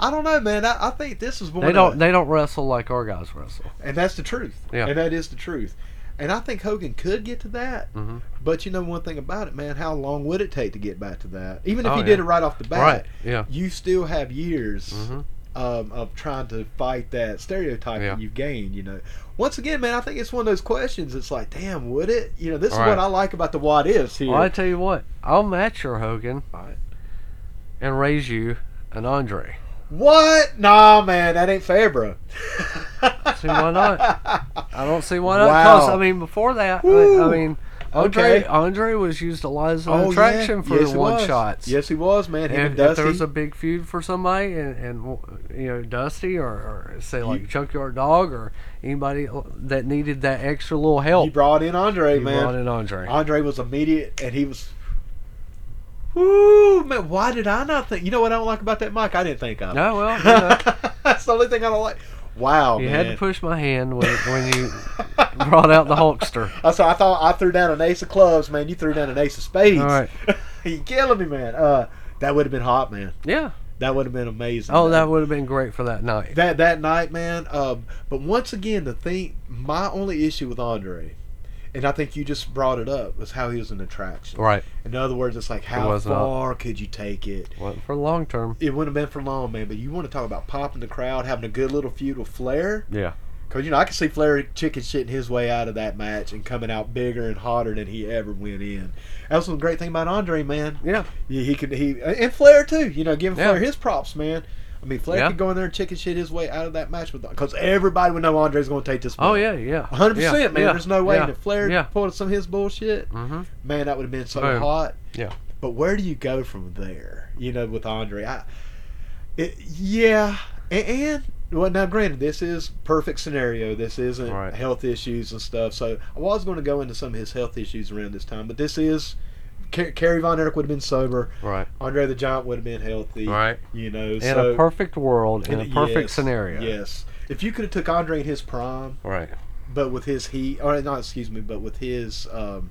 I don't know, man. I, I think this is one.
They
of
don't.
the-
They don't wrestle like our guys wrestle.
And that's the truth.
Yeah.
And that is the truth. And I think Hogan could get to that,
Mhm.
but you know one thing about it, man. How long would it take to get back to that? Even if
Oh,
you did
yeah.
it right off the bat,
Right. Yeah.
you still have years
hmm
um, of trying to fight that stereotype
Yeah.
that you've gained. You know, once again, man, I think it's one of those questions. It's like, damn, would it? You know, this is
Right.
what I like about the what ifs here.
Well, I tell you what, I'll match your Hogan
Alright.
and raise you an Andre.
What? Nah, man, that ain't fair, bro.
See,
[LAUGHS]
why
not?
I don't see why not. Because
Wow.
I mean, before that, I- I
Woo.
mean, Andre
Okay.
Andre was used a lot as an
Oh,
attraction
yeah.
for
yes,
the
he
one
was.
shots.
Yes, he was, man. Him and
If, if
Dusty.
there was a big feud for somebody, and, and you know Dusty or, or say like
You-
Junkyard Dog or anybody that needed that extra little help,
He brought in Andre,
he
man.
brought in Andre.
Andre was immediate, and he was. Woo, man! Why did I not think? You know what I don't like about that mic? I didn't think of.
No,
[LAUGHS]
well, you know,
that's the only thing I don't like. Wow,
you
Oh, man. [LAUGHS]
had to push my hand when, when you brought out
[LAUGHS]
the Hulkster.
I saw. I thought I threw down an ace of clubs, man. You threw down an ace of spades.
All right.
[LAUGHS] you killing me, man. Uh, that would have been hot, man.
Yeah.
That would have been amazing.
Oh,
man.
that would have been great for that night.
that that night, man. Um, but once again, the thing, my only issue with Andre, and I think you just brought it up, was how he was an attraction.
Right.
In other words, it's like how
was not.
far could you take it?
Wasn't for long term.
It wouldn't have been for long, man. But you want to talk about popping the crowd, having a good little feud with Flair,
Yeah.
because you know I could see Flair chicken shitting his way out of that match and coming out bigger and hotter than he ever went in. That was one great thing about Andre, man.
Yeah.
Yeah, he could. He and Flair too. You know, giving
Yeah.
Flair his props, man. I mean, Flair
Yeah.
could go in there and chicken shit his way out of that match with because everybody would know Andre's going to take this.
Oh
one.
yeah, yeah.
A hundred
Yeah,
percent, man.
yeah,
There's no way.
Yeah.
And if Flair
Yeah.
pulled some of his bullshit,
hmm
man, that would have been so
Boom.
hot.
Yeah.
But where do you go from there? You know, with Andre, I, it, yeah, and, and well, now granted, this is perfect scenario. This isn't
Right.
health issues and stuff. So I was going to go into some of his health issues around this time, but this is. Car- Kerry Von Erich would have been sober.
Right.
Andre the Giant would have been healthy.
Right.
You know,
In
so
a perfect world, in a
[LAUGHS]
perfect
yes,
scenario.
Yes. If you could have took Andre in his prime,
Right.
but with his heat, or not, excuse me, but with his um,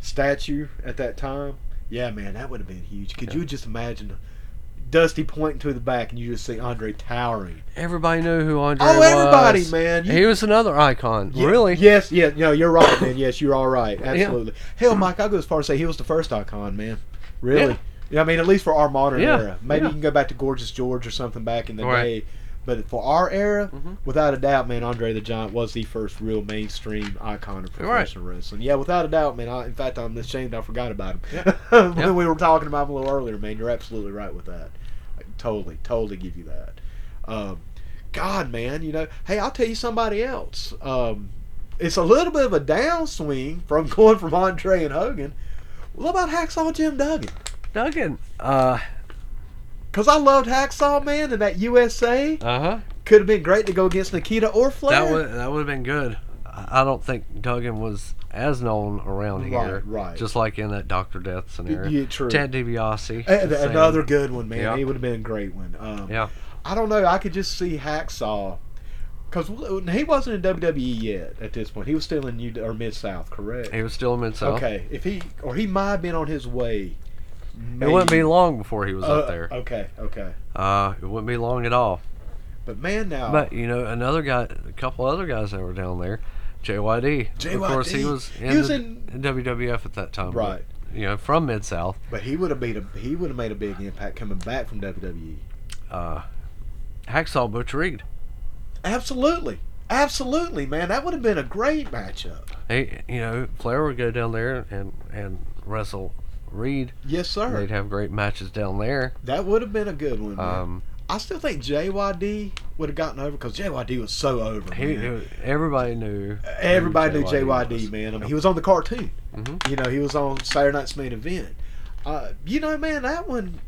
statue at that time, yeah, man, that would have been huge. Could
Yeah.
you just imagine Dusty pointing to the back and you just see Andre towering?
Everybody knew who Andre
oh,
was.
everybody, man. You-
He was another icon.
Ye-
really?
Yes, yeah, no, you're right, man. Yes, you're all right. Absolutely. Hell, Mike, I'll go as far as say he was the first icon, man. Really?
Yeah.
Yeah. I mean, at least for our modern
Yeah,
era. Maybe
yeah.
you can go back to Gorgeous George or something back in the
Right.
day. But for our era,
Mhm.
without a doubt, man, Andre the Giant was the first real mainstream icon of
Right.
professional wrestling. Yeah, without a doubt, man. I, in fact, I'm ashamed I forgot about him [LAUGHS] when
Yeah.
we were talking about him a little earlier, man. You're absolutely right with that. I totally, totally give you that. Um, God, man, you know, hey, I'll tell you somebody else. Um, it's a little bit of a downswing from [LAUGHS] going from Andre and Hogan. What about Hacksaw Jim Duggan?
Duggan. Uh
Because I loved Hacksaw Man and that USA.
huh.
Could have been great to go against Nikita or Flair.
That would that would have been good. I I don't think Duggan was as known around
Right,
here.
right.
Just like in that Doctor Death scenario.
Yeah, true.
Ted DiBiase.
A-
the same.
another good one, man.
Yeah.
He would have been a great one. Um,
Yeah.
I don't know. I could just see Hacksaw. Because he wasn't in WWE yet at this point. He was still in New or Mid South, correct?
He was uh, still in mid south.
Okay, if he or he might have been on his way.
It wouldn't be
maybe.
long before he was up
Uh,
there.
Okay, okay.
Uh, it wouldn't be long at all.
But man, now
But you know, another guy, a couple other guys that were down there, JYD. Of course, he
JYD.
was
He
in,
was
the-
in-
WWF at that time. but,
right.
you know, from Mid South.
But he would have made a he would have made a E. big impact coming back from WWE.
Uh, Hacksaw Butch Reed.
Absolutely. Absolutely, man. That would have been a great matchup.
They, you know, Flair would go down there and and wrestle Reed.
Yes,
and
sir.
They'd have great matches down there.
that would have been a good one. man.
Um,
I still think JYD would have gotten over because JYD was so over.
he,
man.
it was- everybody knew.
Everybody
who
knew JYD,
was.
man. I mean, he was on the cartoon.
Mhm.
You know, he was on Saturday Night's Main Event. Uh, you know, man, that one,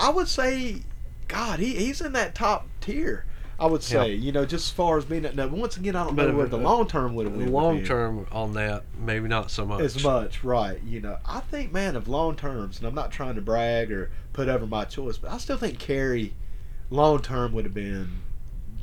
I would say, God, he, he's in that top tier. I would say, you know, just as far as being. Now, once again, I don't
But
know where
if-
the long term would have been. with
Long
him
term on that, maybe not so much.
as much, right? You know, I think, man, of long terms, and I'm not trying to brag or put over my choice, but I still think Kerry, long term, would have been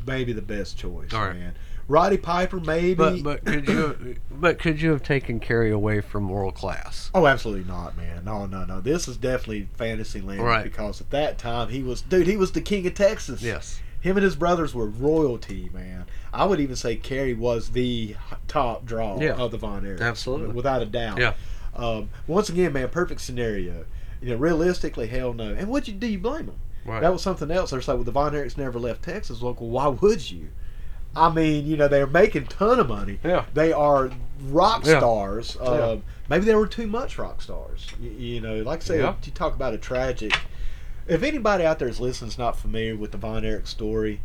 maybe the best choice,
All right.
man. Roddy Piper, maybe.
But but could you but could you have taken Kerry away from world class?
Oh, absolutely not, man. No, no, no. This is definitely fantasy land
Right.
because at that time he was, dude, he was the king of Texas.
Yes.
Him and his brothers were royalty, man. I would even say Kerry was the top draw
Yeah.
of the Von era.
Absolutely.
Without a doubt.
Yeah.
Um, once again, man, perfect scenario. You know, realistically, hell no. And what you do, you blame them.
Right.
That was something else. They're like, well, the Von Erichs never left Texas. Well, why would you? I mean, you know, they're making ton of money.
Yeah.
They are rock
Yeah.
stars.
Yeah.
Um, Maybe they were too much rock stars. You, you know, like I say,
Yeah.
you talk about a tragic. If anybody out there is listening is not familiar with the Von Erich story,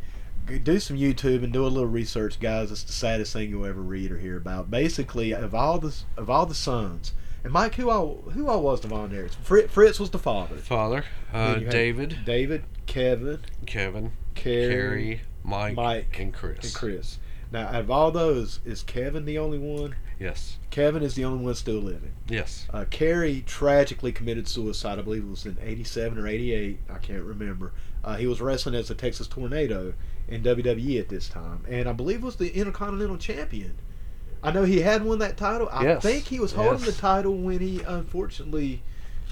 g- do some YouTube and do a little research, guys. It's the saddest thing you'll ever read or hear about. Basically, of all the s- of all the sons, and Mike, who all who all was the Von Erichs? Fritz, Fritz was the father.
Father,
Then
uh,
you had
David,
David, Kevin,
Kevin,
Carrie,
Kerry, Mike,
Mike,
and Chris.
and Chris. Now, out of all those, is Kevin the only one?
Yes.
Kevin is the only one still living.
Yes.
Uh, Carrie tragically committed suicide. I believe it was in 87 or 88. I can't remember. Uh, he was wrestling as a Texas Tornado in WWE at this time. And I believe was the Intercontinental Champion. I know he had won that title. I
Yes.
think he was holding
Yes.
the title when he unfortunately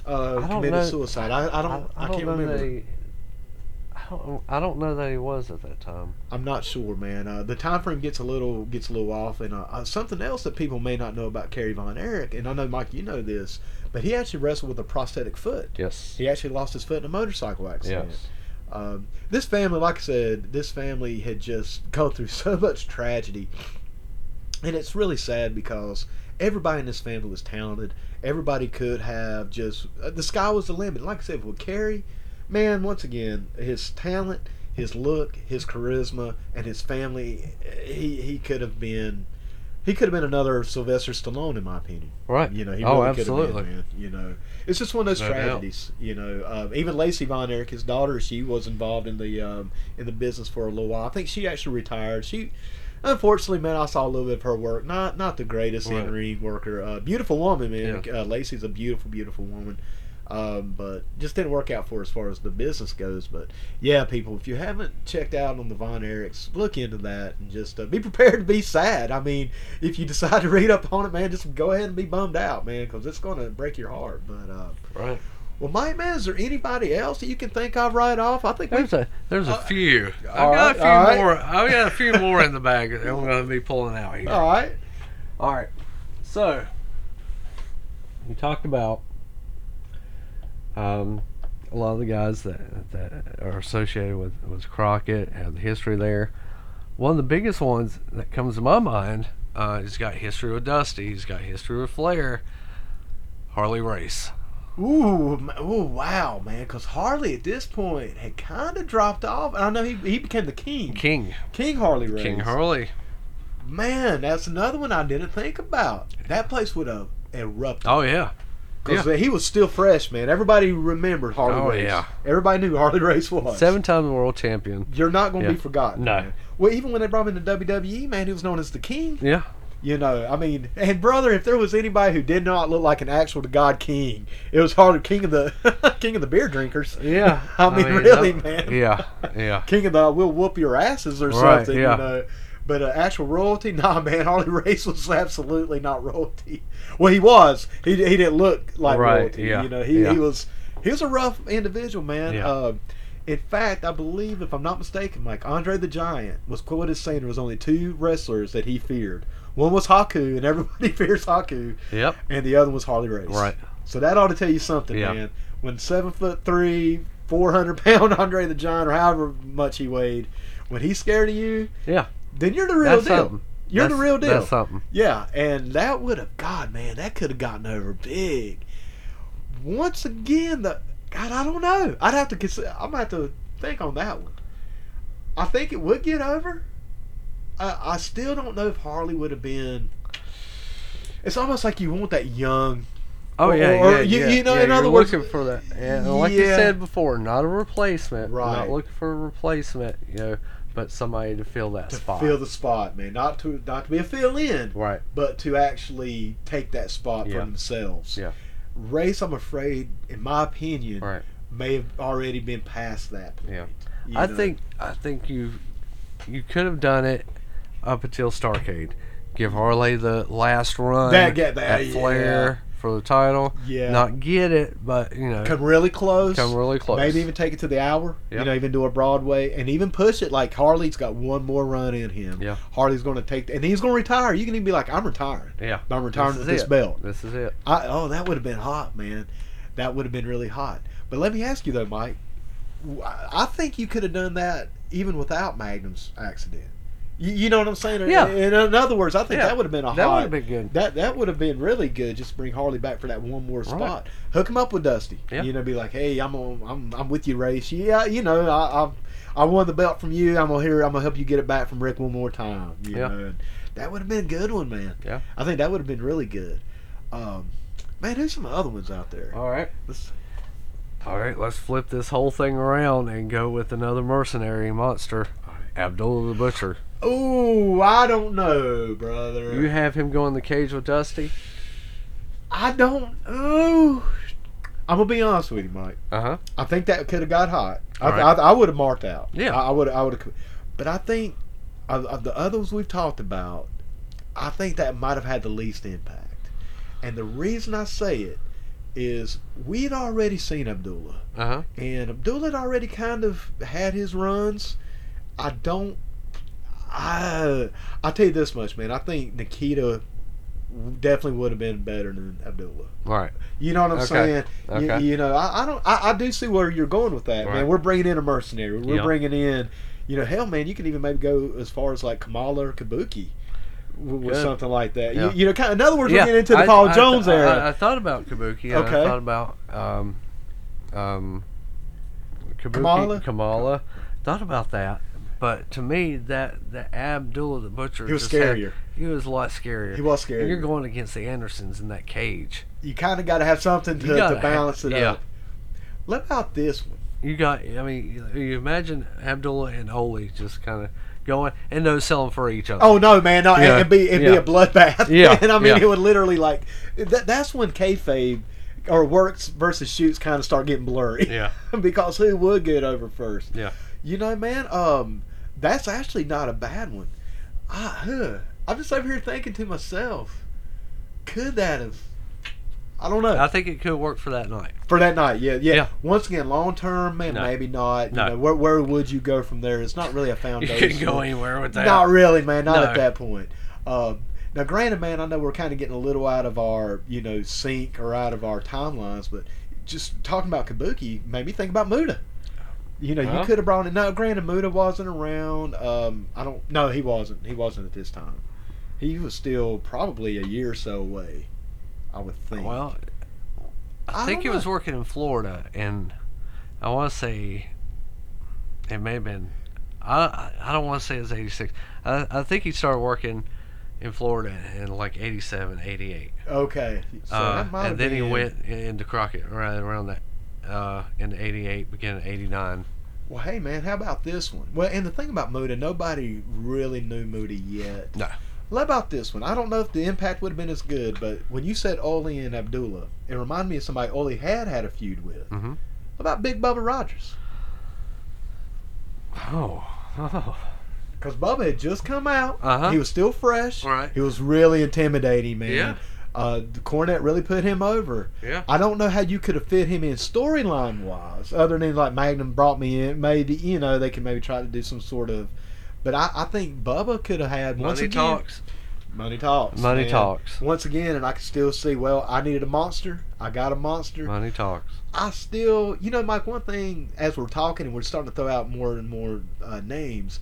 I
uh,
don't
committed
know-
suicide. I, I don't. I, can't
know
remember.
That he, I don't. I don't know that he was at that time.
I'm not sure, man. Uh, the time frame gets a little gets a little off, and uh, uh, something else that people may not know about Kerry Von Erich, and I know Mike, you know this, but he actually wrestled with a prosthetic foot.
Yes.
He actually lost his foot in a motorcycle accident.
Yes.
Um, this family, like I said, this family had just gone through [LAUGHS] so much tragedy, and it's really sad because everybody in this family was talented. Everybody could have just uh, the sky was the limit. Like I said, with Kerry, man, once again, his talent, his look, his charisma, and his family, he he could have been. He could have been another Sylvester Stallone, in my opinion.
Right.
You know, he
oh,
really could
absolutely.
have been, man. You know, it's just one of those
No doubt.
tragedies. You know, um, even Lacey Von Erich, his daughter, she was involved in the um, in the business for a little while. I think she actually retired. She, unfortunately, man, I saw a little bit of her work. Not not the greatest
Right.
in ring worker. Uh, beautiful woman, man. Uh, Lacey's a beautiful, beautiful woman. Um, but just didn't work out for her as far as the business goes. But yeah, people, if you haven't checked out on the Von Erichs, look into that and just uh, be prepared to be sad. I mean, if you [LAUGHS] decide to read up on it, man, just go ahead and be bummed out, man, because it's going to break your heart. But uh,
Right.
well, Mike, man, is there anybody else that you can think of right off? I think we.
There's a there's a
Uh,
few. I
all
got a few
right, all right.
more. I got a few more in the bag that I'm going to be pulling out here.
[LAUGHS] All right.
All right. So we talked about um, a lot of the guys that that are associated with with Crockett and the history there. One of the biggest ones that comes to my mind. Uh, he's got history with Dusty. He's got history with Flair. Harley Race.
Ooh, m- ooh, wow, man, because Harley at this point had kind of dropped off. And I know he, he became the king. King,
King.
Harley Race.
King Harley.
Man, that's another one I didn't think about. That place would have erupted.
Oh yeah.
Because he was still fresh, man. Everybody remembered Harley
Oh,
Race.
yeah.
Everybody knew who Harley [LAUGHS] Race was.
Seven-time world champion.
You're not going to
Yeah.
be forgotten.
No.
man. Well, even when they brought him into WWE, E, man, he was known as the King.
Yeah.
You know, I mean, and brother, if there was anybody who did not look like an actual to God King, it was Harley King of the [LAUGHS] King of the beer drinkers.
Yeah.
I mean, really,
that-
man.
Yeah. Yeah.
King of the we'll whoop your asses or
Right,
something.
yeah.
You know. But uh, actual royalty, [LAUGHS] nah, man. Harley Race was absolutely not royalty. Well, he was. He, he didn't look like
Right,
royalty.
yeah,
You know, he,
yeah.
he was he was a rough individual, man.
Yeah.
Uh, in fact, I believe, if I'm not mistaken, like Andre the Giant was quoted as saying there was only two wrestlers that he feared. One was Haku, and everybody [LAUGHS] fears Haku,
Yep.
and the other was Harley Race.
Right.
So that ought to tell you something,
Yeah.
man. When seven foot three, [LAUGHS] four hundred pound Andre the Giant, or however much he weighed, when he's scared of you,
Yeah.
then you're the real
that's
deal.
something.
You're
That's-
the real deal.
That's something.
Yeah, and that would have God, man, that could have gotten over big. Once again, the God, I don't know. I'd have to consider. I'm gonna have to think on that one. I think it would get over. I, I still don't know if Harley would have been. It's almost like you want that young.
Oh
Or-
yeah,
or-
yeah,
you-
yeah,
you know,
yeah,
in
you're
other words-
looking for that. Yeah, and like you
Yeah.
said before, not a replacement. We're
Right.
Not looking for a replacement. You know, but somebody to fill that
To
spot.
fill the spot, man. Not to not to be a fill in,
right.
but to actually take that spot
Yeah.
for themselves.
Yeah.
Race, I'm afraid, in my opinion,
Right.
may have already been past that point.
Yeah.
you
I
know?
think I think you you could have done it up until Starcade. Give Harley the last run
That get- that-
at Flair for the title.
yeah,
Not get it, but you know,
come really close.
come really close.
Maybe even take it to the hour.
Yeah.
You know, even do a Broadway and even push it like Harley's got one more run in him.
Yeah.
Harley's going to take and he's going to retire. You can even be like, I'm retiring.
yeah.
I'm retiring
This
with
is
this
it.
belt.
This is it.
I, oh, that would have been hot, man. That would have been really hot. But let me ask you though, Mike. w- I I think you could have done that even without Magnum's accident. You, you know what I'm saying?
Yeah.
In, in other words, I think
Yeah.
that would have been a
That would
hot.
have been good.
That that would have been really good. Just to bring Harley back for that one more spot. Hook him up with Dusty.
Yeah.
You know, be like, hey, I'm on, I'm I'm with you, Race. Yeah, you know, I I, I won the belt from you. I'm gonna hear. I'm gonna help you get it back from Rick one more time. You
Yeah.
know, and that would have been a good one, man.
Yeah.
I think that would have been really good. Um, man, there's some other ones out there.
All right.
Let's-
All right, let's flip this whole thing around and go with another mercenary monster, Abdullah the Butcher.
oh, I don't know, brother.
You have him go in the cage with Dusty.
I don't. Oh, I'm gonna be honest with you, Mike.
Uh huh.
I think that could have got hot. I,
All right.
I, I would have marked out.
Yeah.
I would. I would have. But I think of, of the others we've talked about, I think that might have had the least impact. And the reason I say it is we'd already seen Abdullah.
Uh huh.
and Abdullah had already kind of had his runs. I don't. I I tell you this much, man. I think Nikita definitely would have been better than Abdullah.
All right.
You know what I'm
Okay.
saying? You-
Okay.
You, know, I, I don't. I, I do see where you're going with that,
Right.
man. We're bringing in a mercenary. We're
Yeah.
bringing in, you know, hell, man. You can even maybe go as far as like Kamala or Kabuki with, with
Good.
something like that.
Yeah.
You, you know, kind in other words,
Yeah,
we're getting into the
I-
Paul
I-
Jones
I,
era.
I, I thought about Kabuki. And I
Okay.
thought about um, um, Kabuki,
Kamala?
Kamala. Thought about that, but to me, that the Abdullah the Butcher.
he was
just had-
scarier.
he was a lot scarier.
He was
And
scarier.
you're going against the Andersons in that cage.
you kind of got to have something to,
You gotta
to balance
have-
it
yeah.
up. What about this one?
You got. I mean, you, you imagine Abdullah and Holy just kind of going and no selling for each other.
Oh no, man! No,
Yeah.
it'd be it'd be
Yeah.
a bloodbath.
Yeah.
and [LAUGHS] I mean,
Yeah.
it would literally like that, that's when kayfabe or works versus shoots kind of start getting blurry.
Yeah.
[LAUGHS] because who would get over first?
Yeah.
You know, man. Um, that's actually not a bad one. I, huh, I'm just over here thinking to myself, could that have? I don't know
I think it could work for that night.
for that night. Yeah, yeah.
Yeah.
Once again, long term, man,
No.
maybe not. You
No.
know, where where would you go from there? It's not really a
[LAUGHS] You
foundation.
couldn't go anywhere with that.
Not really, man. Not at
No.
that point. Uh, now, granted, man, I know we're kind of getting a little out of our, you know, sync or out of our timelines, but just talking about Kabuki made me think about Muda. You know,
Huh?
you could have brought in. No, granted, Muda wasn't around. Um, I don't. No, he wasn't. He wasn't at this time. He was still probably a year or so away. I would think.
Well, I,
I
think he
don't
was working in Florida, and I want to say it may have been. I I- I don't want to say it's 86. I, I think he started working in Florida in like 87, 88.
okay. So
uh,
that might
and
have
then he
been-
went in- into Crockett around, around that. Uh, in 88, beginning of 89.
Well, hey man, how about this one? Well, and the thing about Muda, nobody really knew Muda yet.
No.
What about this one? I don't know if the impact would have been as good, but when you said Oli and Abdullah, it reminded me of somebody Oli had had a feud with.
Mm-hmm.
What about Big Bubba Rogers?
Oh. [LAUGHS] oh.
Because Bubba had just come out.
Uh-huh.
He was still fresh.
Right.
He was really intimidating, man.
Yeah.
Uh, the Cornet really put him over.
Yeah.
I don't know how you could have fit him in storyline wise, other than like Magnum brought me in. Maybe you know they could maybe try to do some sort of, but I, I think Bubba could have had once
Money
again,
talks.
Money talks.
Money
man.
talks.
Once again, and I can still see. Well, I needed a monster. I got a monster.
Money talks.
I still, you know, Mike. One thing as we're talking and we're starting to throw out more and more uh, names,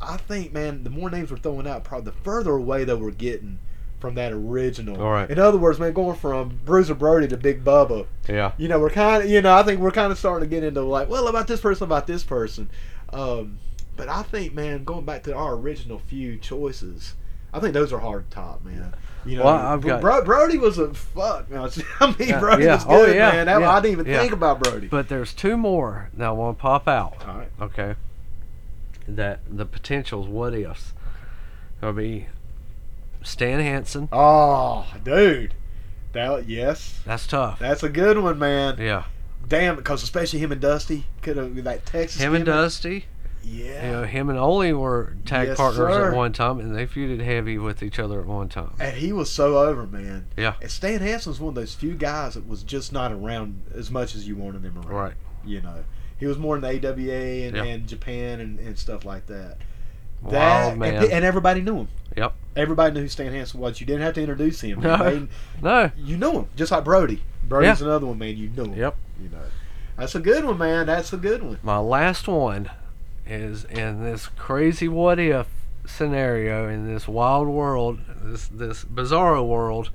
I think, man, the more names we're throwing out, probably the further away that we're getting from that original.
All right.
In other words, man, going from Bruiser Brody to Big Bubba,
Yeah.
you know, we're kind of, you know, I think we're kind of starting to get into like, well, about this person, about this person. Um, but I think, man, going back to our original few choices, I think those are hard to top, man. You know,
Well, I've
Bro-
got-
Bro- Brody was a fuck. Man. [LAUGHS] I mean,
Yeah,
Brody
yeah.
was
Oh,
good,
yeah,
man. That-
yeah,
I didn't even
yeah.
think about Brody.
But there's two more that I want to pop out.
All right.
Okay. That the potentials, what ifs. It'll be Stan Hansen.
Oh, dude. That yes,
That's tough.
that's a good one, man.
yeah.
Damn, because especially him and Dusty could have like Texas.
Him and
gimmick.
Dusty.
Yeah.
You know, him and Ole were tag
Yes,
partners
sir.
at one time, and they feuded heavy with each other at one time.
And he was so over, man.
Yeah.
And Stan Hansen's one of those few guys that was just not around as much as you wanted him around.
Right.
You know, he was more in the AWA and,
Yeah.
and Japan and, and stuff like that.
Wild
that
man.
And, and everybody knew him.
Yep.
Everybody knew who Stan Hansen was. You didn't have to introduce him.
No.
They-
no.
you knew him, just like Brody. Brody's another one, man. You knew him.
Yep.
You know, that's a good one, man. That's a good one.
My last one is in this crazy what if scenario in this wild world, this this bizarro world.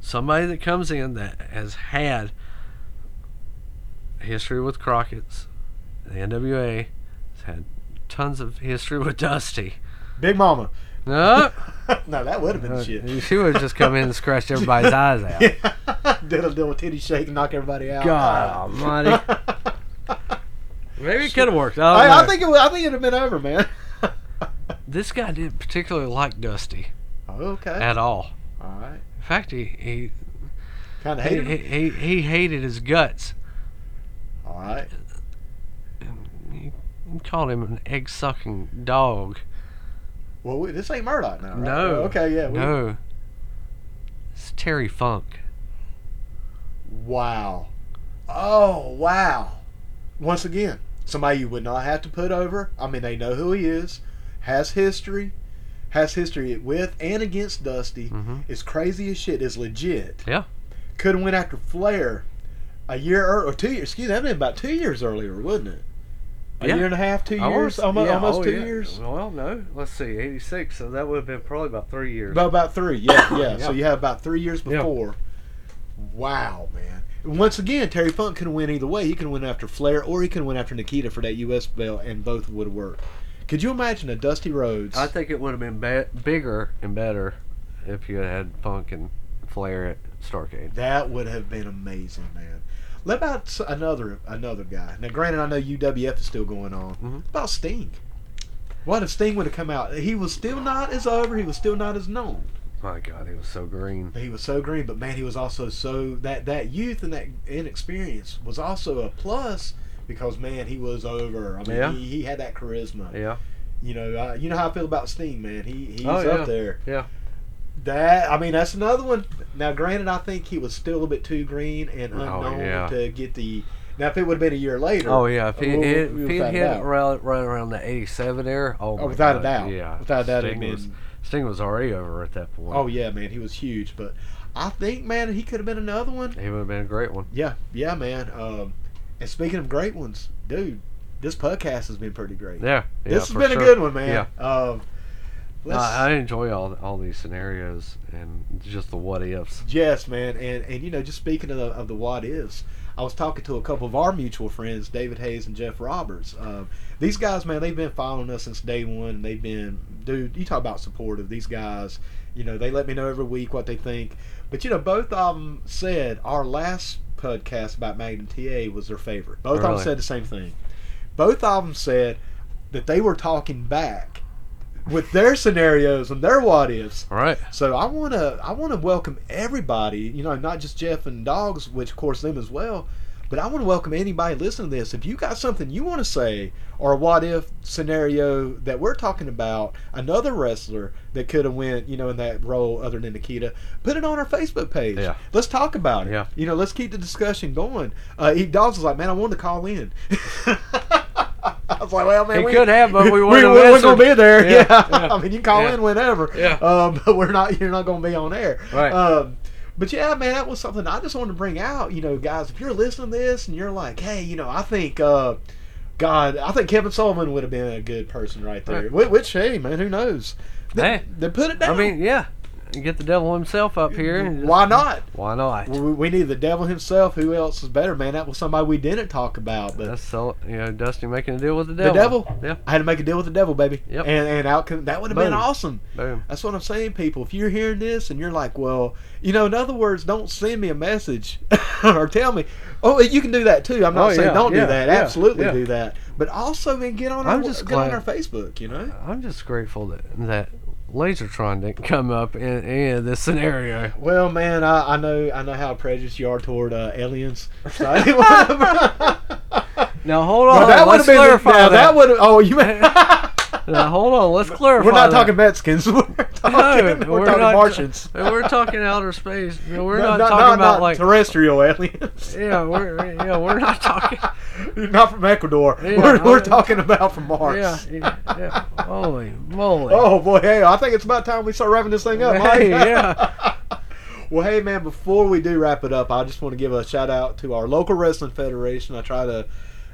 Somebody that comes in that has had history with Crockett's, the NWA, has had tons of history with Dusty. [LAUGHS]
Big Mama.
No,
Oh. [LAUGHS] no, that would have been
Uh,
shit.
she would've just come in and
[LAUGHS]
scratched everybody's eyes out.
Yeah. [LAUGHS] Did a deal with titty shake and knock everybody out.
God
Ah.
almighty.
[LAUGHS]
maybe it could have worked. I, don't
I, I
know.
think it, would- I think it'd have been over, man. [LAUGHS]
this guy didn't particularly like Dusty
okay.
at all.
All right.
In fact, he he
Kind of
he,
hated.
he,
him.
he, he hated his guts.
All right.
And He he called him an egg sucking dog.
Well, we, this ain't Murdoch now. Right?
No.
Oh, Okay. Yeah. we-
No. It's Terry Funk.
Wow. Oh wow. Once again, somebody you would not have to put over. I mean, they know who he is. Has history. Has history with and against Dusty.
hmm
is crazy as shit is legit.
Yeah.
Could have went after Flair a year ear- or two years. Excuse me, that'd been about two years earlier, wouldn't it? A
Yeah.
year and a half, two years, almost, almost
oh,
two years.
Well, no. Let's see, '86. So that would have been probably about three years.
About, about three,
[COUGHS]
yeah, yeah. So
Yeah.
you have about three years
Yeah.
before. Wow, man. And Once again, Terry Funk could win either way. He could win after Flair, or he could win after Nikita for that U.S. belt, and both would work. Could you imagine a Dusty Rhodes?
I think it would have been ba- bigger and better if you had Funk and Flair at Starcade.
That would have been amazing, man. What about s- another another guy? Now, granted, I know UWF is still going on.
Mhm.
About Sting. What if Sting would have come out? He was still not as over. He was still not as known.
My God, he was so green.
He was so green, but man, he was also so that that youth and that inexperience was also a plus because man, he was over. I mean,
Yeah.
he, he had that charisma.
Yeah.
You know, uh, you know how I feel about Sting, man. He he's
Oh, yeah.
up there.
Yeah.
That I mean, that's another one. Now, granted, I think he was still a bit too green and
Oh,
unknown
yeah.
to get the. Now, if it would have been a year later,
Oh yeah, if he
we'll-
hit,
we'll
if he
find
hit
out.
around right around the '87 era, oh,
Oh,
my
without a
God,
doubt,
yeah,
without a doubt, it'd
Sting
been-
was Sting was already over at that point.
oh yeah, man, he was huge. But I think, man, he could have been another one.
he would have been a great one.
Yeah, yeah, man. Um, and speaking of great ones, dude, this podcast has been pretty great.
Yeah, yeah
this has
for
been
sure.
a good one, man. Um,
No,
let's,
I, I enjoy all all these scenarios and just the what ifs.
Yes, man, and and you know, just speaking of the, of the what ifs, I was talking to a couple of our mutual friends, David Hayes and Jeff Roberts. Um, these guys, man, they've been following us since day one, and they've been, dude, you talk about supportive. These guys, you know, they let me know every week what they think. But you know, both of them said our last podcast about Magnum TA was their favorite. Both of
Really?
them said the same thing. Both of them said that they were talking back with their scenarios and their what ifs
All right,
so I wanna I wanna welcome everybody, you know, not just Jeff and Dogs, which of course them as well, but I wanna welcome anybody listening to this. If you got something you wanna say or a what if scenario that we're talking about, another wrestler that could have went, you know, in that role other than Nikita, put it on our Facebook page.
Yeah.
Let's talk about it.
Yeah.
You know, let's keep the discussion going. Uh, he, Dogs was like, man, I wanted to call in. [LAUGHS] I was like, well, man,
he
we,
could have, but we
[LAUGHS] we,
wouldn't
we
have
we're gonna
listened.
be there.
Yeah,
Yeah, [LAUGHS]
yeah.
I mean, you can call
Yeah.
in whenever.
Yeah.
Um, [LAUGHS] but we're not. You're not gonna be on air.
Right.
Um, but yeah, man, that was something I just wanted to bring out. You know, guys, if you're listening to this and you're like, hey, you know, I think. Uh, God, I think Kevin Sullivan would have been a good person right there. Wh- Which, hey, man, who knows? They,
Hey.
they put it
I
down.
mean, yeah, you get the devil himself up here. And just-
why not?
Why not?
We, we need the devil himself. Who else is better, man? That was somebody we didn't talk about, but
That's so you know Dusty making a deal with the
the
devil.
devil.
Yeah.
I had to make a deal with the devil, baby.
Yep.
And and out come- that would have been
Boom.
awesome.
Boom.
That's what I'm saying, people. If you're hearing this and you're like, well, you know, in other words, don't send me a message [LAUGHS] or tell me. Oh, you can do that too. I'm not
Oh,
saying
yeah,
don't
yeah,
do that.
yeah,
Absolutely
yeah.
do that. But also, man, get on
I'm
our,
just
get on
glad-
our Facebook. You know,
I'm just grateful that that Lasertron didn't come up in any of this scenario.
Well, man, I, I know I know how prejudiced you are toward uh, [LAUGHS] aliens. So I didn't wanna- [LAUGHS]
Now hold on.
Now, that would have
let's
been
clarify
now,
that.
that would oh
[LAUGHS]
you mean
Now, hold on. Let's
[LAUGHS]
clarify.
we're not
that.
talking Mexicans. [LAUGHS] We're talking,
No,
we're talking
not-
Martians.
[LAUGHS] We're talking outer space. You know, We're
No,
not, talking about like
terrestrial aliens.
yeah. We're yeah. We're
[LAUGHS]
not talking.
not from Ecuador.
Yeah,
we're we're
I-
talking about from Mars.
Yeah, yeah, yeah. Holy moly.
Oh boy, hey, I think it's about time we start wrapping this thing up. Mike.
Hey, yeah.
[LAUGHS] Well, hey, man, before we do wrap it up, I just want to give a shout out to our local wrestling federation. I try to.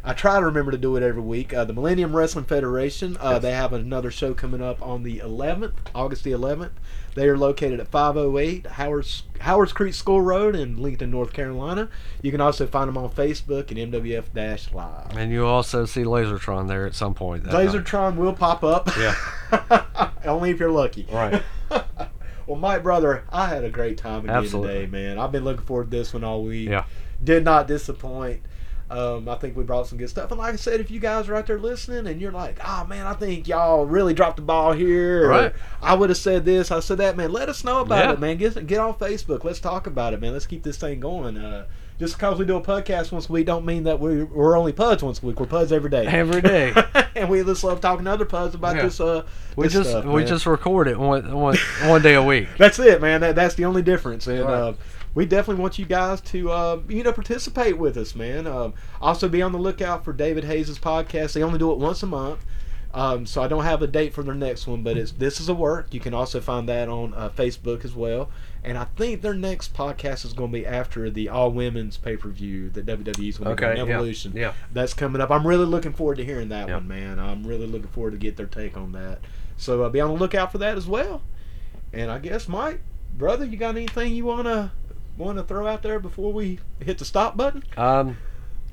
I try to remember to do it every week. Uh, the Millennium Wrestling Federation. Uh, They have another show coming up on the 11th, August the 11th. They are located at 508 Howard's Howard's Creek School Road in Lincoln, North Carolina. You can also find them on Facebook and MWF Live.
And you also see Lasertron there at some point. that night.
Lasertron will pop up.
Yeah.
[LAUGHS] Only if you're lucky.
Right.
[LAUGHS] well, Mike, brother, I had a great time again
Absolutely.
today, man. I've been looking forward to this one all week.
Yeah.
Did not disappoint. Um, I think we brought some good stuff. And like I said, if you guys are out there listening and you're like, oh, man, I think y'all really dropped the ball here. or,
Right.
I would have said this. I said that, man. Let us know about
Yeah.
it, man. Get, get on Facebook. Let's talk about it, man. Let's keep this thing going. Uh, just because we do a podcast once a week don't mean that we're, we're only puds once a week. We're puds every day. [LAUGHS]
Every day.
and we just love talking to other puds about
Yeah.
this. Uh,
We
this
just
stuff,
we
man.
just record it one, one, one day a week.
that's it, man. That that's the only difference, and
Right.
uh, we definitely want you guys to uh, you know participate with us, man. Um, also, be on the lookout for David Hayes' podcast. They only do it once a month. Um, so I don't have a date for their next one, but it's this is a work. You can also find that on uh, Facebook as well. And I think their next podcast is going to be after the all women's pay per view that WWE's going to
Okay.
be
yeah,
on Evolution
Yeah.
that's coming up. I'm really looking forward to hearing that
Yeah.
one, man. I'm really looking forward to get their take on that. So uh, be on the lookout for that as well. And I guess, Mike, brother, you got anything you wanna wanna throw out there before we hit the stop button?
Um,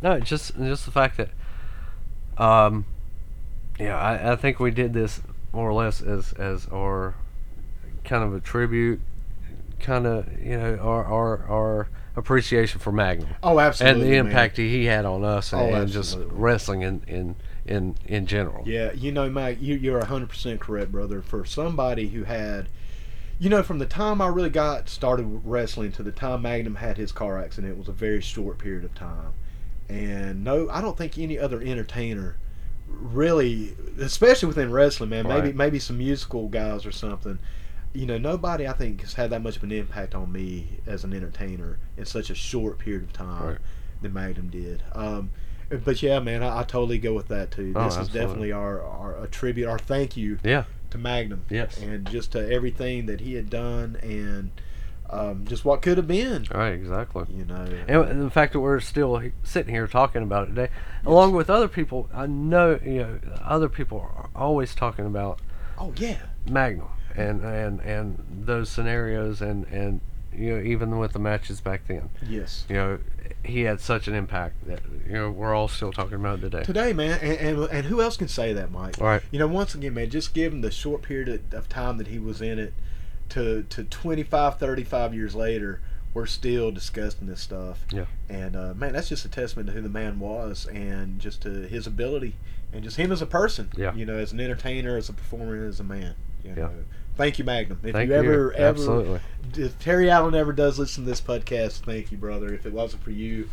no, just just the fact that, um, yeah, I, I think we did this more or less as as our kind of a tribute, kind of you know our our our appreciation for Magnum
Oh,
and
absolutely.
the
man.
impact he he had on us and,
Oh,
and just
absolutely.
wrestling in in in in general.
Yeah, you know, Mike, you, you're 100% correct, brother. For somebody who had, you know, from the time I really got started wrestling to the time Magnum had his car accident, it was a very short period of time. And no, I don't think any other entertainer really, especially within wrestling, man, maybe
Right.
maybe some musical guys or something. You know, nobody I think has had that much of an impact on me as an entertainer in such a short period of time
Right.
than Magnum did. Um, but yeah, man, I, I totally go with that too. This
Oh,
is
absolutely.
definitely our, our a tribute, our thank you
Yeah.
to Magnum,
Yes.
and just to everything that he had done, and um, just what could have been,
All right. Exactly.
you know.
And the fact that we're still he- sitting here talking about it today, along with other people, I know you know other people are always talking about
oh yeah,
Magnum and and and those scenarios and and you know even with the matches back then,
yes.
you know he had such an impact that you know we're all still talking about today.
Today, man, and, and and who else can say that, Mike?
All right,
You know, once again, man, just give him the short period of- of time that he was in it to, to 25, 35 years later, we're still discussing this stuff.
Yeah.
And, uh, man, that's just a testament to who the man was and just to his ability and just him as a person.
Yeah.
You know, as an entertainer, as a performer, and as a man. You
Yeah.
know. Thank you, Magnum. If
thank
you ever, ever,
Absolutely,
if Terry Allen ever does listen to this podcast, thank you, brother. If it wasn't for you,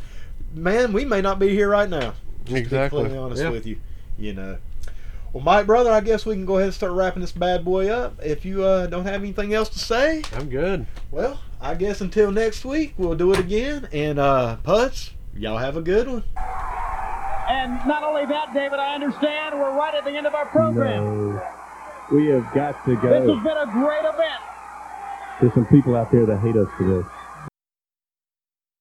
man, we may not be here right now. Just
Exactly.
To be completely honest
Yeah.
with you, you know. Well, Mike, brother, I guess we can go ahead and start wrapping this bad boy up. If you uh, don't have anything else to say,
I'm good.
well, I guess until next week we'll do it again. And uh, Putz, y'all have a good one.
And not only that, David, I understand we're right at the end of our program.
No. We have got to
This
go.
has been a great event.
There's some people out there that hate us for this.